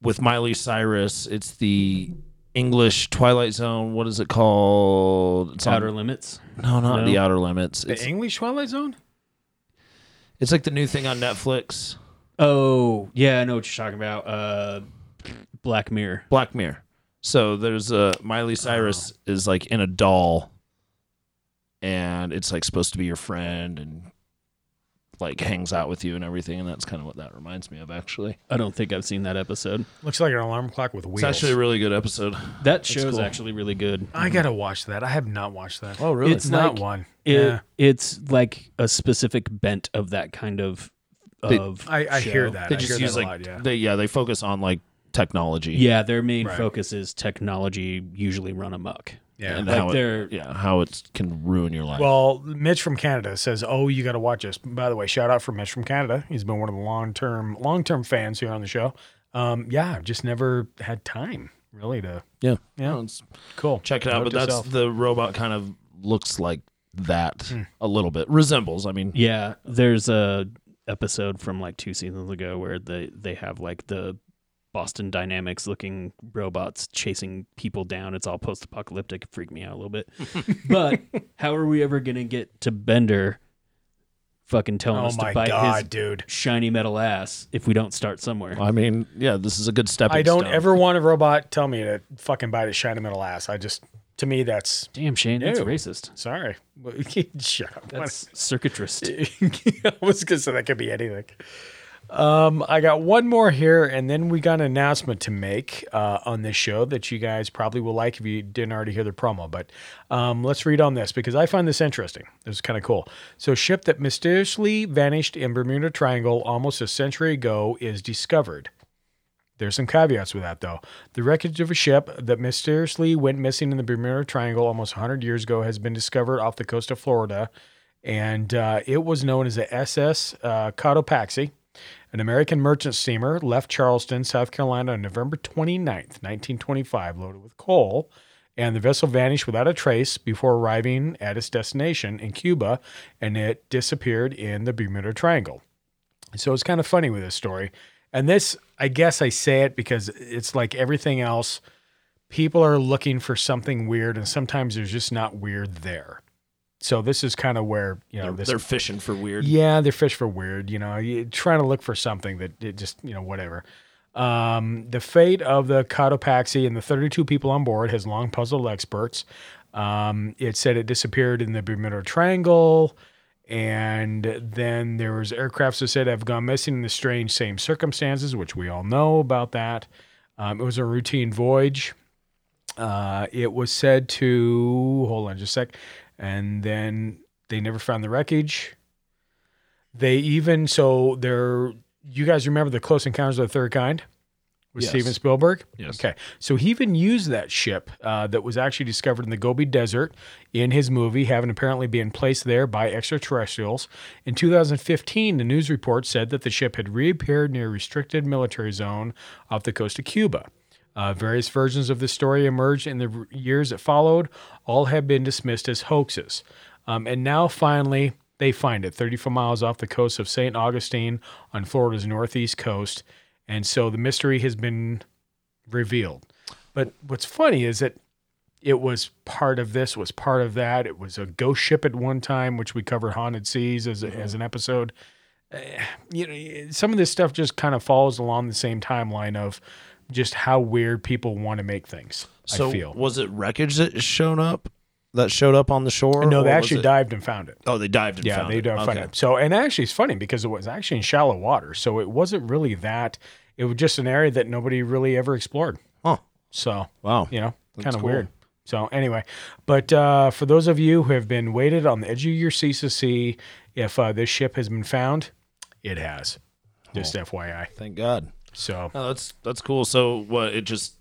with Miley Cyrus. It's the English Twilight Zone. What is it called? It's on- Outer limits. no, not No. the Outer Limits. the It's, English Twilight Zone. it's like the new thing on Netflix. Oh, yeah, I know what you're talking about. Uh, Black Mirror. Black Mirror. So there's a Miley Cyrus Oh. is like in a doll, and it's like supposed to be your friend and like hangs out with you and everything. And that's kind of what that reminds me of, actually. I don't think I've seen that episode. Looks like an alarm clock with wheels. It's actually a really good episode. That show's cool. actually really good. I gotta watch that. I have not watched that. Oh, really? It's it's not like- one. It, yeah, It's like a specific bent of that kind of. They- of I, I show. hear that. they I just hear use that like a lot, yeah. they yeah they focus on like technology. Yeah, their main Right. focus is technology, usually run amok. yeah. and Like how they're- it, yeah how it can ruin your life. Well, Mitch from Canada says, "Oh, you got to watch this." By the way, shout out for Mitch from Canada. He's been one of the long term long term fans here on the show. Um, yeah, I've just never had time really to yeah, yeah. No, it's- cool check it out. Note But to that's self. the robot kind of looks like that Hmm. a little bit resembles. I mean, Yeah, there's a episode from like two seasons ago where they they have like the Boston Dynamics looking robots chasing people down. It's all post apocalyptic. It freaked me out a little bit. but how are we ever gonna get to Bender? Fucking telling Oh us my to bite god, his dude! shiny metal ass if we don't start somewhere. I mean, yeah, this is a good step. I don't ever want a robot tell me to fucking bite a shiny metal ass. I just to me that's Damn, Shane, that's No. racist. sorry. Shut up. That's circuitrist. I was gonna say that could be anything. Um, I got one more here, and then we got an announcement to make uh, on this show that you guys probably will like if you didn't already hear the promo. But um, let's read on this because I find this interesting. This is kind of cool. So, ship that mysteriously vanished in Bermuda Triangle almost a century ago is discovered. There's some caveats with that, though. The wreckage of a ship that mysteriously went missing in the Bermuda Triangle almost 100 years ago has been discovered off the coast of Florida, and uh, it was known as the SS uh, Cotopaxi. An American merchant steamer left Charleston, South Carolina on November 29th, 1925, loaded with coal, and the vessel vanished without a trace before arriving at its destination in Cuba, and it disappeared in the Bermuda Triangle. So it's kind of funny with this story. And this, I guess I say it because it's like everything else, people are looking for something weird, and sometimes there's just not weird there. So this is kind of where, you know, They're, this they're fishing for weird. yeah, they're fish for weird. You know, you trying to look for something that it just, you know, whatever. Um, the fate of the Cotopaxi and the 32 people on board has long puzzled experts. Um, it said it disappeared in the Bermuda Triangle. And then there was aircrafts that said have gone missing in the strange same circumstances, which we all know about that. Um, it was a routine voyage. Uh, it was said to hold on just a sec, and then they never found the wreckage. They even so they're you guys remember the Close Encounters of the Third Kind with Yes. Steven Spielberg? Yes. Okay, so he even used that ship uh, that was actually discovered in the Gobi Desert in his movie, having apparently been placed there by extraterrestrials. In 2015, the news report said that the ship had reappeared near a restricted military zone off the coast of Cuba. Uh, various versions of the story emerged in the r- years that followed. All have been dismissed as hoaxes. Um, and now finally, they find it 34 miles off the coast of St. Augustine on Florida's northeast coast. And so the mystery has been revealed. But what's funny is that it was part of this, was part of that. It was a ghost ship at one time, which we covered Haunted Seas as, Mm-hmm. as an episode. Eh, you know, some of this stuff just kind of follows along the same timeline of just how weird people want to make things. So I feel was it wreckage that shown up that showed up on the shore? No, they or was actually it- dived and found it. Oh, they dived and Yeah, found they it. don't find Okay. it. So, and actually, it's funny because it was actually in shallow water, so it wasn't really that. It was just an area that nobody really ever explored. Huh. So, Wow. you know, That's kind of cool. weird. So, anyway, but uh, for those of you who have been waited on the edge of your seats to see if uh, this ship has been found, it has. Just FYI. Thank God. So, Oh, that's that's cool. So what? It just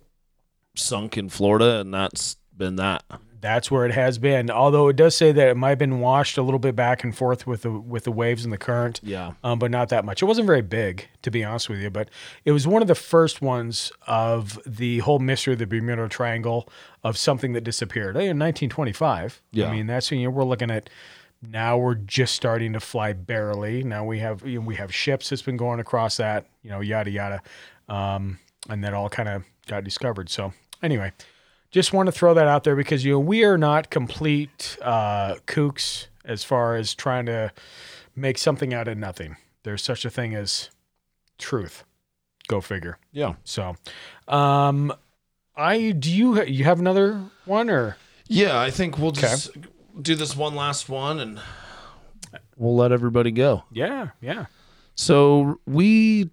sunk in Florida, and that's been that. that's where it has been. Although it does say that it might have been washed a little bit back and forth with the with the waves and the current. Yeah. um, but not that much. It wasn't very big, to be honest with you, but it was one of the first ones of the whole mystery of the Bermuda Triangle of something that disappeared Oh, Hey, in 1925. Yeah. I mean, that's you know we're looking at. Now we're just starting to fly barely. Now we have you know, we have ships that's been going across that, you know, yada yada, um, and that all kind of got discovered. So anyway, just want to throw that out there because you know we are not complete uh, kooks as far as trying to make something out of nothing. There's such a thing as truth. Go figure. Yeah. So, um, I do you you have another one or Yeah. I think we'll just do this one last one, and we'll let everybody go. yeah yeah So we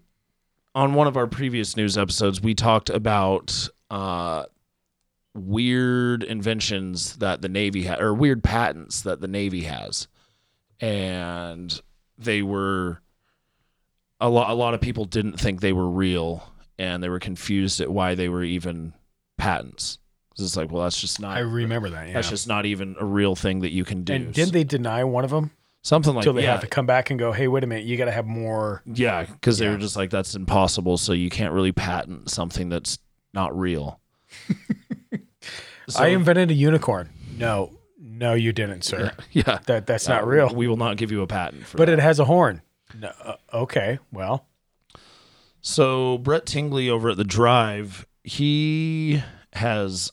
on one of our previous news episodes we talked about uh weird inventions that the navy ha- or weird patents that the navy has and they were a lot a lot of people didn't think they were real and they were confused at why they were even patents 'Cause it's like well that's just not I remember that yeah. that's just not even a real thing that you can do and did they deny one of them something like until they yeah, have to come back and go hey wait a minute you got to have more Yeah, because they Yeah. were just like, that's impossible. So you can't really patent something that's not real. So- I invented a unicorn no no you didn't sir yeah, Uh, that that's not real We will not give you a patent for but that. it has a horn no, uh, okay well so Brett Tingley over at the Drive, he has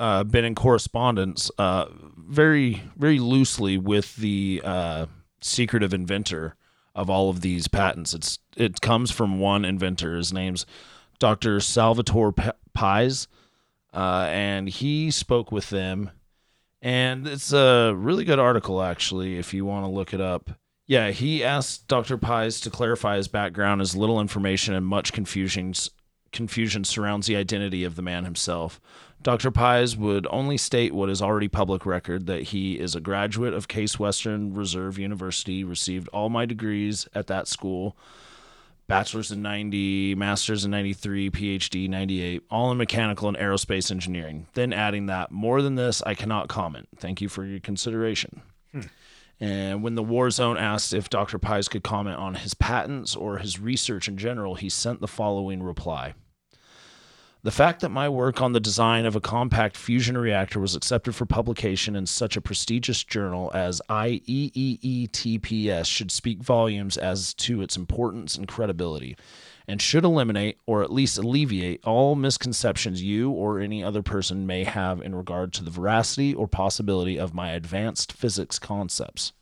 uh, been in correspondence uh, very, very loosely with the uh, secretive inventor of all of these patents. It's it comes from one inventor. His name's Dr. Salvatore P- Pies, uh, and he spoke with them. And it's a really good article, actually, if you want to look it up. Yeah, he asked Dr. Pies to clarify his background as little information and much confusion confusion surrounds the identity of the man himself. Dr. Pies would only state what is already public record that he is a graduate of Case Western Reserve University, received all my degrees at that school, bachelor's in 90, master's in 93, PhD 98, all in mechanical and aerospace engineering. Then adding that, more than this, I cannot comment. Thank you for your consideration. And when the War Zone asked if Dr. Pies could comment on his patents or his research in general, he sent the following reply. The fact that my work on the design of a compact fusion reactor was accepted for publication in such a prestigious journal as E IEEE-TPS should speak volumes as to its importance and credibility, and should eliminate or at least alleviate all misconceptions you or any other person may have in regard to the veracity or possibility of my advanced physics concepts.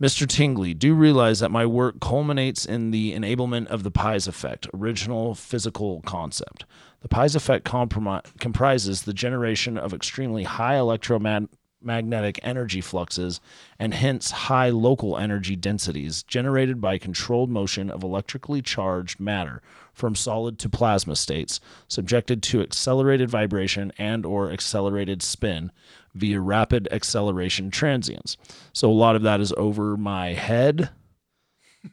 Mr. Tingley, do realize that my work culminates in the enablement of the Pies effect, original physical concept. The Pies effect compromi- comprises the generation of extremely high electromagnetic energy fluxes and hence high local energy densities generated by controlled motion of electrically charged matter from solid to plasma states subjected to accelerated vibration and or accelerated spin via rapid acceleration transients. So a lot of that is over my head,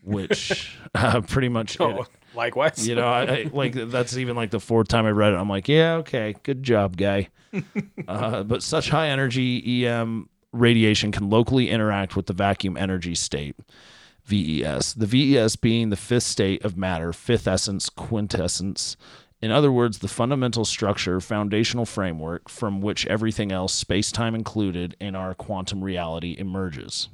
which uh, pretty much, oh likewise you know, I, I, like that's even like the fourth time I read it. I'm like, yeah, okay, good job, guy. uh, but such high energy EM radiation can locally interact with the vacuum energy state. VES, the VES being the fifth state of matter, fifth essence, quintessence. In other words, the fundamental structure, foundational framework from which everything else, space time included, in our quantum reality emerges.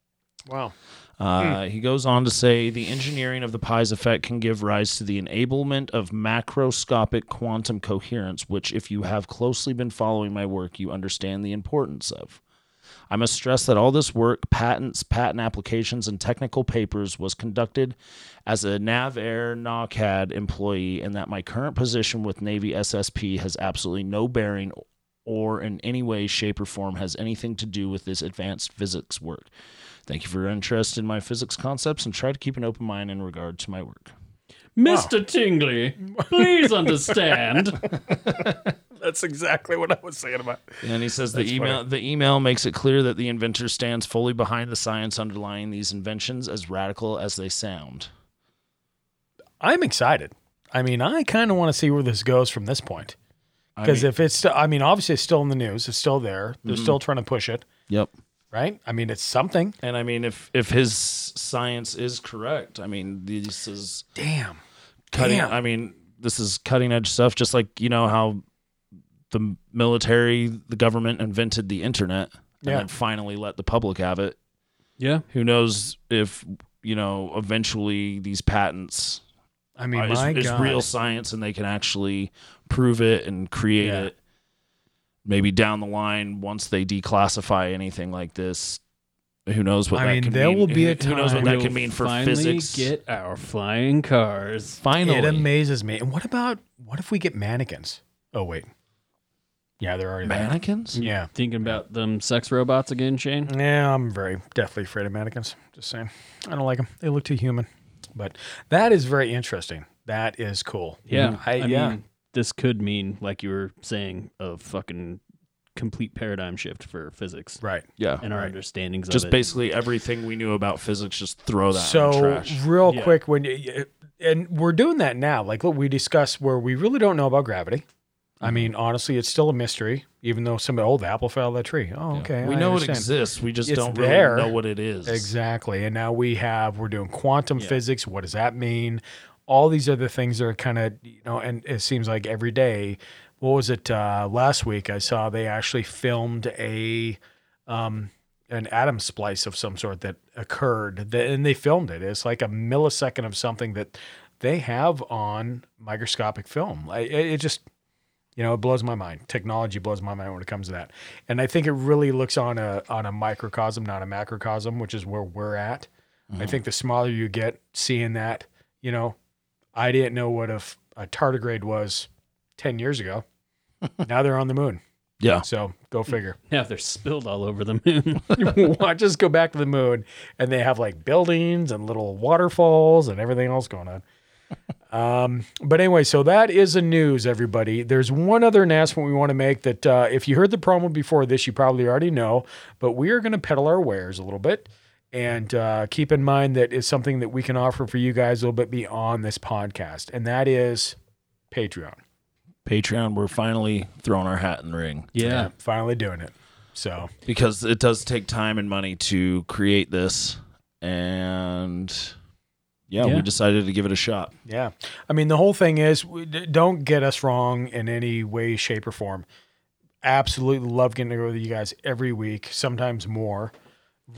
wow Uh, He goes on to say the engineering of the Pies effect can give rise to the enablement of macroscopic quantum coherence, which, if you have closely been following my work, you understand the importance of. I must stress that all this work, patents, patent applications, and technical papers was conducted as a NAVAIR NOCAD employee, and that my current position with Navy SSP has absolutely no bearing or in any way, shape, or form has anything to do with this advanced physics work. Thank you for your interest in my physics concepts and try to keep an open mind in regard to my work. Mr. Tingley, please understand. That's exactly what I was saying about. And then he says the email the email makes it clear that the inventor stands fully behind the science underlying these inventions as radical as they sound. I'm excited. I mean, I kind of want to see where this goes from this point. I Because mean- if it's, st- I mean, Mm-hmm. obviously it's still in the news. It's still there. They're still trying to push it, Yep. right? I mean, it's something. And I mean if if his science is correct, I mean this is Damn. cutting Damn. I mean this is cutting edge stuff just like you know how the military, the government invented the internet Yeah. and then finally let the public have it. yeah. Who knows if you know eventually these patents I mean, it's, my it's God. real science and they can actually prove it and create Yeah. it maybe down the line once they declassify anything like this who knows what I that mean, can there mean. will be a who knows what time that can mean for finally physics Get our flying cars. finally It amazes me. And what about what if we get mannequins? Oh wait, yeah, they're already there. mannequins Yeah, Thinking about them sex robots again, Shane. yeah, I'm very definitely afraid of mannequins. Just saying, I don't like them. They look too human. But that is very interesting. That is cool. Yeah, Mm-hmm. I, yeah. mean, this could mean, like you were saying, a fucking complete paradigm shift for physics right. yeah and our understandings just of it. basically everything we knew about physics just throw that in the So trash real Yeah. quick, when you, and we're doing that now. Like look, we discuss where we really don't know about gravity. Mm-hmm. I mean, honestly, it's still a mystery. Even though some old apple fell out of that tree. Oh, okay. we I know it understand. exists we just It's don't there. really know what it is Exactly. And now we have we're doing quantum physics. What does that mean? All these other things are kind of you know, and it seems like every day. What was it uh, last week? I saw they actually filmed a um, an atom splice of some sort that occurred, that, and they filmed it. It's like a millisecond of something that they have on microscopic film. I, it, it just you know, it blows my mind. Technology blows my mind when it comes to that. And I think it really looks on a on a microcosm, not a macrocosm, which is where we're at. I think the smaller you get, seeing that, you know, I didn't know what a, f- a tardigrade was ten years ago. now they're on the moon. yeah So go figure. Yeah, they're spilled all over the moon. Why just go back to the moon and they have like buildings and little waterfalls and everything else going on. Um, but anyway, so that is the news, everybody. There's one other announcement we want to make that uh, if you heard the promo before this, you probably already know, but we are going to peddle our wares a little bit. And uh, keep in mind that is something that we can offer for you guys a little bit beyond this podcast, and that is Patreon. patreon we're finally throwing our hat in the ring yeah. Finally doing it. So because it does take time and money to create this and yeah, Yeah. we decided to give it a shot Yeah. I mean, the whole thing is we- d- don't get us wrong in any way, shape, or form. Absolutely love getting to go with you guys every week, sometimes more.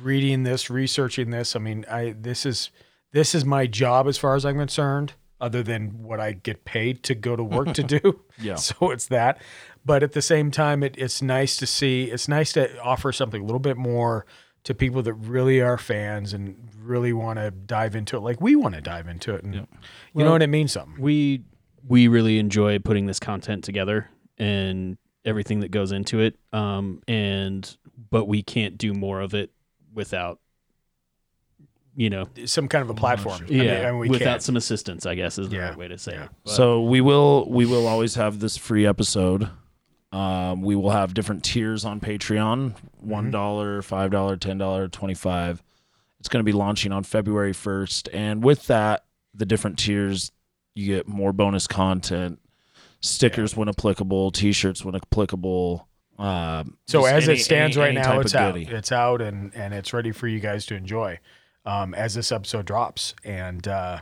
Reading this, researching this. I mean, I this is this is my job as far as I'm concerned, other than what I get paid to go to work to do. Yeah. So it's that. But at the same time, it, it's nice to see, it's nice to offer something a little bit more to people that really are fans and really want to dive into it like we want to dive into it. And you know, and it means something. we we really enjoy putting this content together and everything that goes into it um and but we can't do more of it without you know Some kind of Oh, a platform. I mean, yeah and we without can't. some assistance i guess is the Yeah. right way to say Yeah. it But so we will we will always have this free episode um, we will have different tiers on patreon Mm-hmm. one five dollar ten dollar twenty five it's going to be launching on february 1st and with that the different tiers you get more bonus content stickers when applicable t-shirts when applicable um, So just as any- it stands any- right any now, type of it's out. goodie. It's out and and it's ready for you guys to enjoy um, as this episode drops. And uh,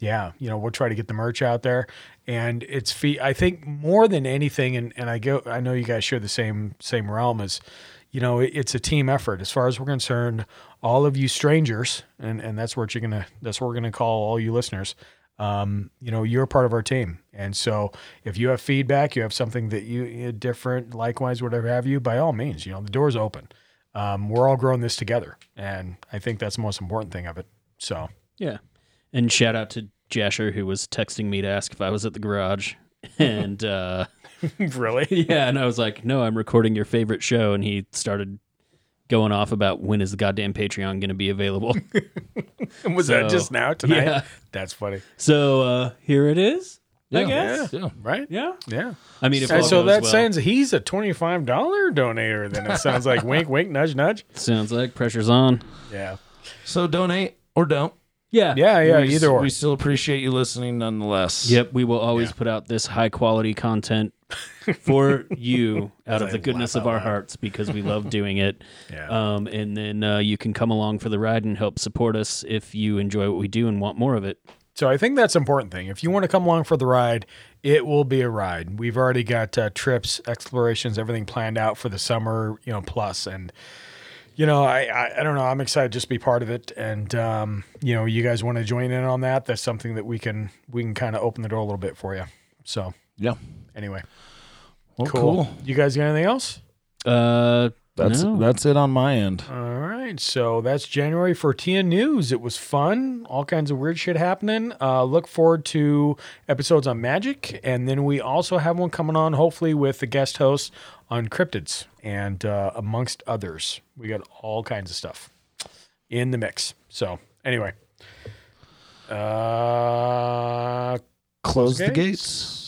yeah, you know we'll try to get the merch out there. And it's fee. I think more than anything, and and I go. I know you guys share the same same realm as. You know, it- it's a team effort. As far as we're concerned, all of you strangers, and, and that's what you're gonna that's what we're gonna call all you listeners um, you know, you're part of our team. And so if you have feedback, you have something that you, you different, likewise, whatever have you, by all means, you know, the door's open. Um, we're all growing this together. And I think that's the most important thing of it. So yeah and shout out to jasher who was texting me to ask if i was at the garage and uh, really? yeah, and I was like, no, I'm recording your favorite show, and he started going off about when is the goddamn Patreon going to be available. Was that So, just now tonight? yeah. That's funny. so uh, here it is. I Yeah. guess. Yeah. Right? Yeah. Yeah. I mean, if And all so goes that well, sounds he's a $25 donator then it sounds like wink wink nudge nudge. sounds like pressure's on. Yeah. So donate or don't. Yeah. Yeah, yeah, We- either or. We still appreciate you listening nonetheless. Yep, we will always put out this high quality content for you out of the goodness of our hearts because we love doing it. Yeah. Um, and then uh, you can come along for the ride and help support us if you enjoy what we do and want more of it. So I think that's an important thing. If you want to come along for the ride, it will be a ride. We've already got uh, trips, explorations, everything planned out for the summer, you know, plus and you know, I, I, I don't know. I'm excited just to be part of it, and um, you know, you guys want to join in on that. That's something that we can we can kind of open the door a little bit for you. So Yeah. anyway, Well, cool. cool. You guys got anything else? Uh, That's no. that's it on my end. All right, so that's January for TN News. It was fun, all kinds of weird shit happening. Uh, look forward to episodes on magic, and then we also have one coming on, hopefully with the guest host on cryptids and uh, amongst others. We got all kinds of stuff in the mix. So anyway, uh, Close the Okay. gates.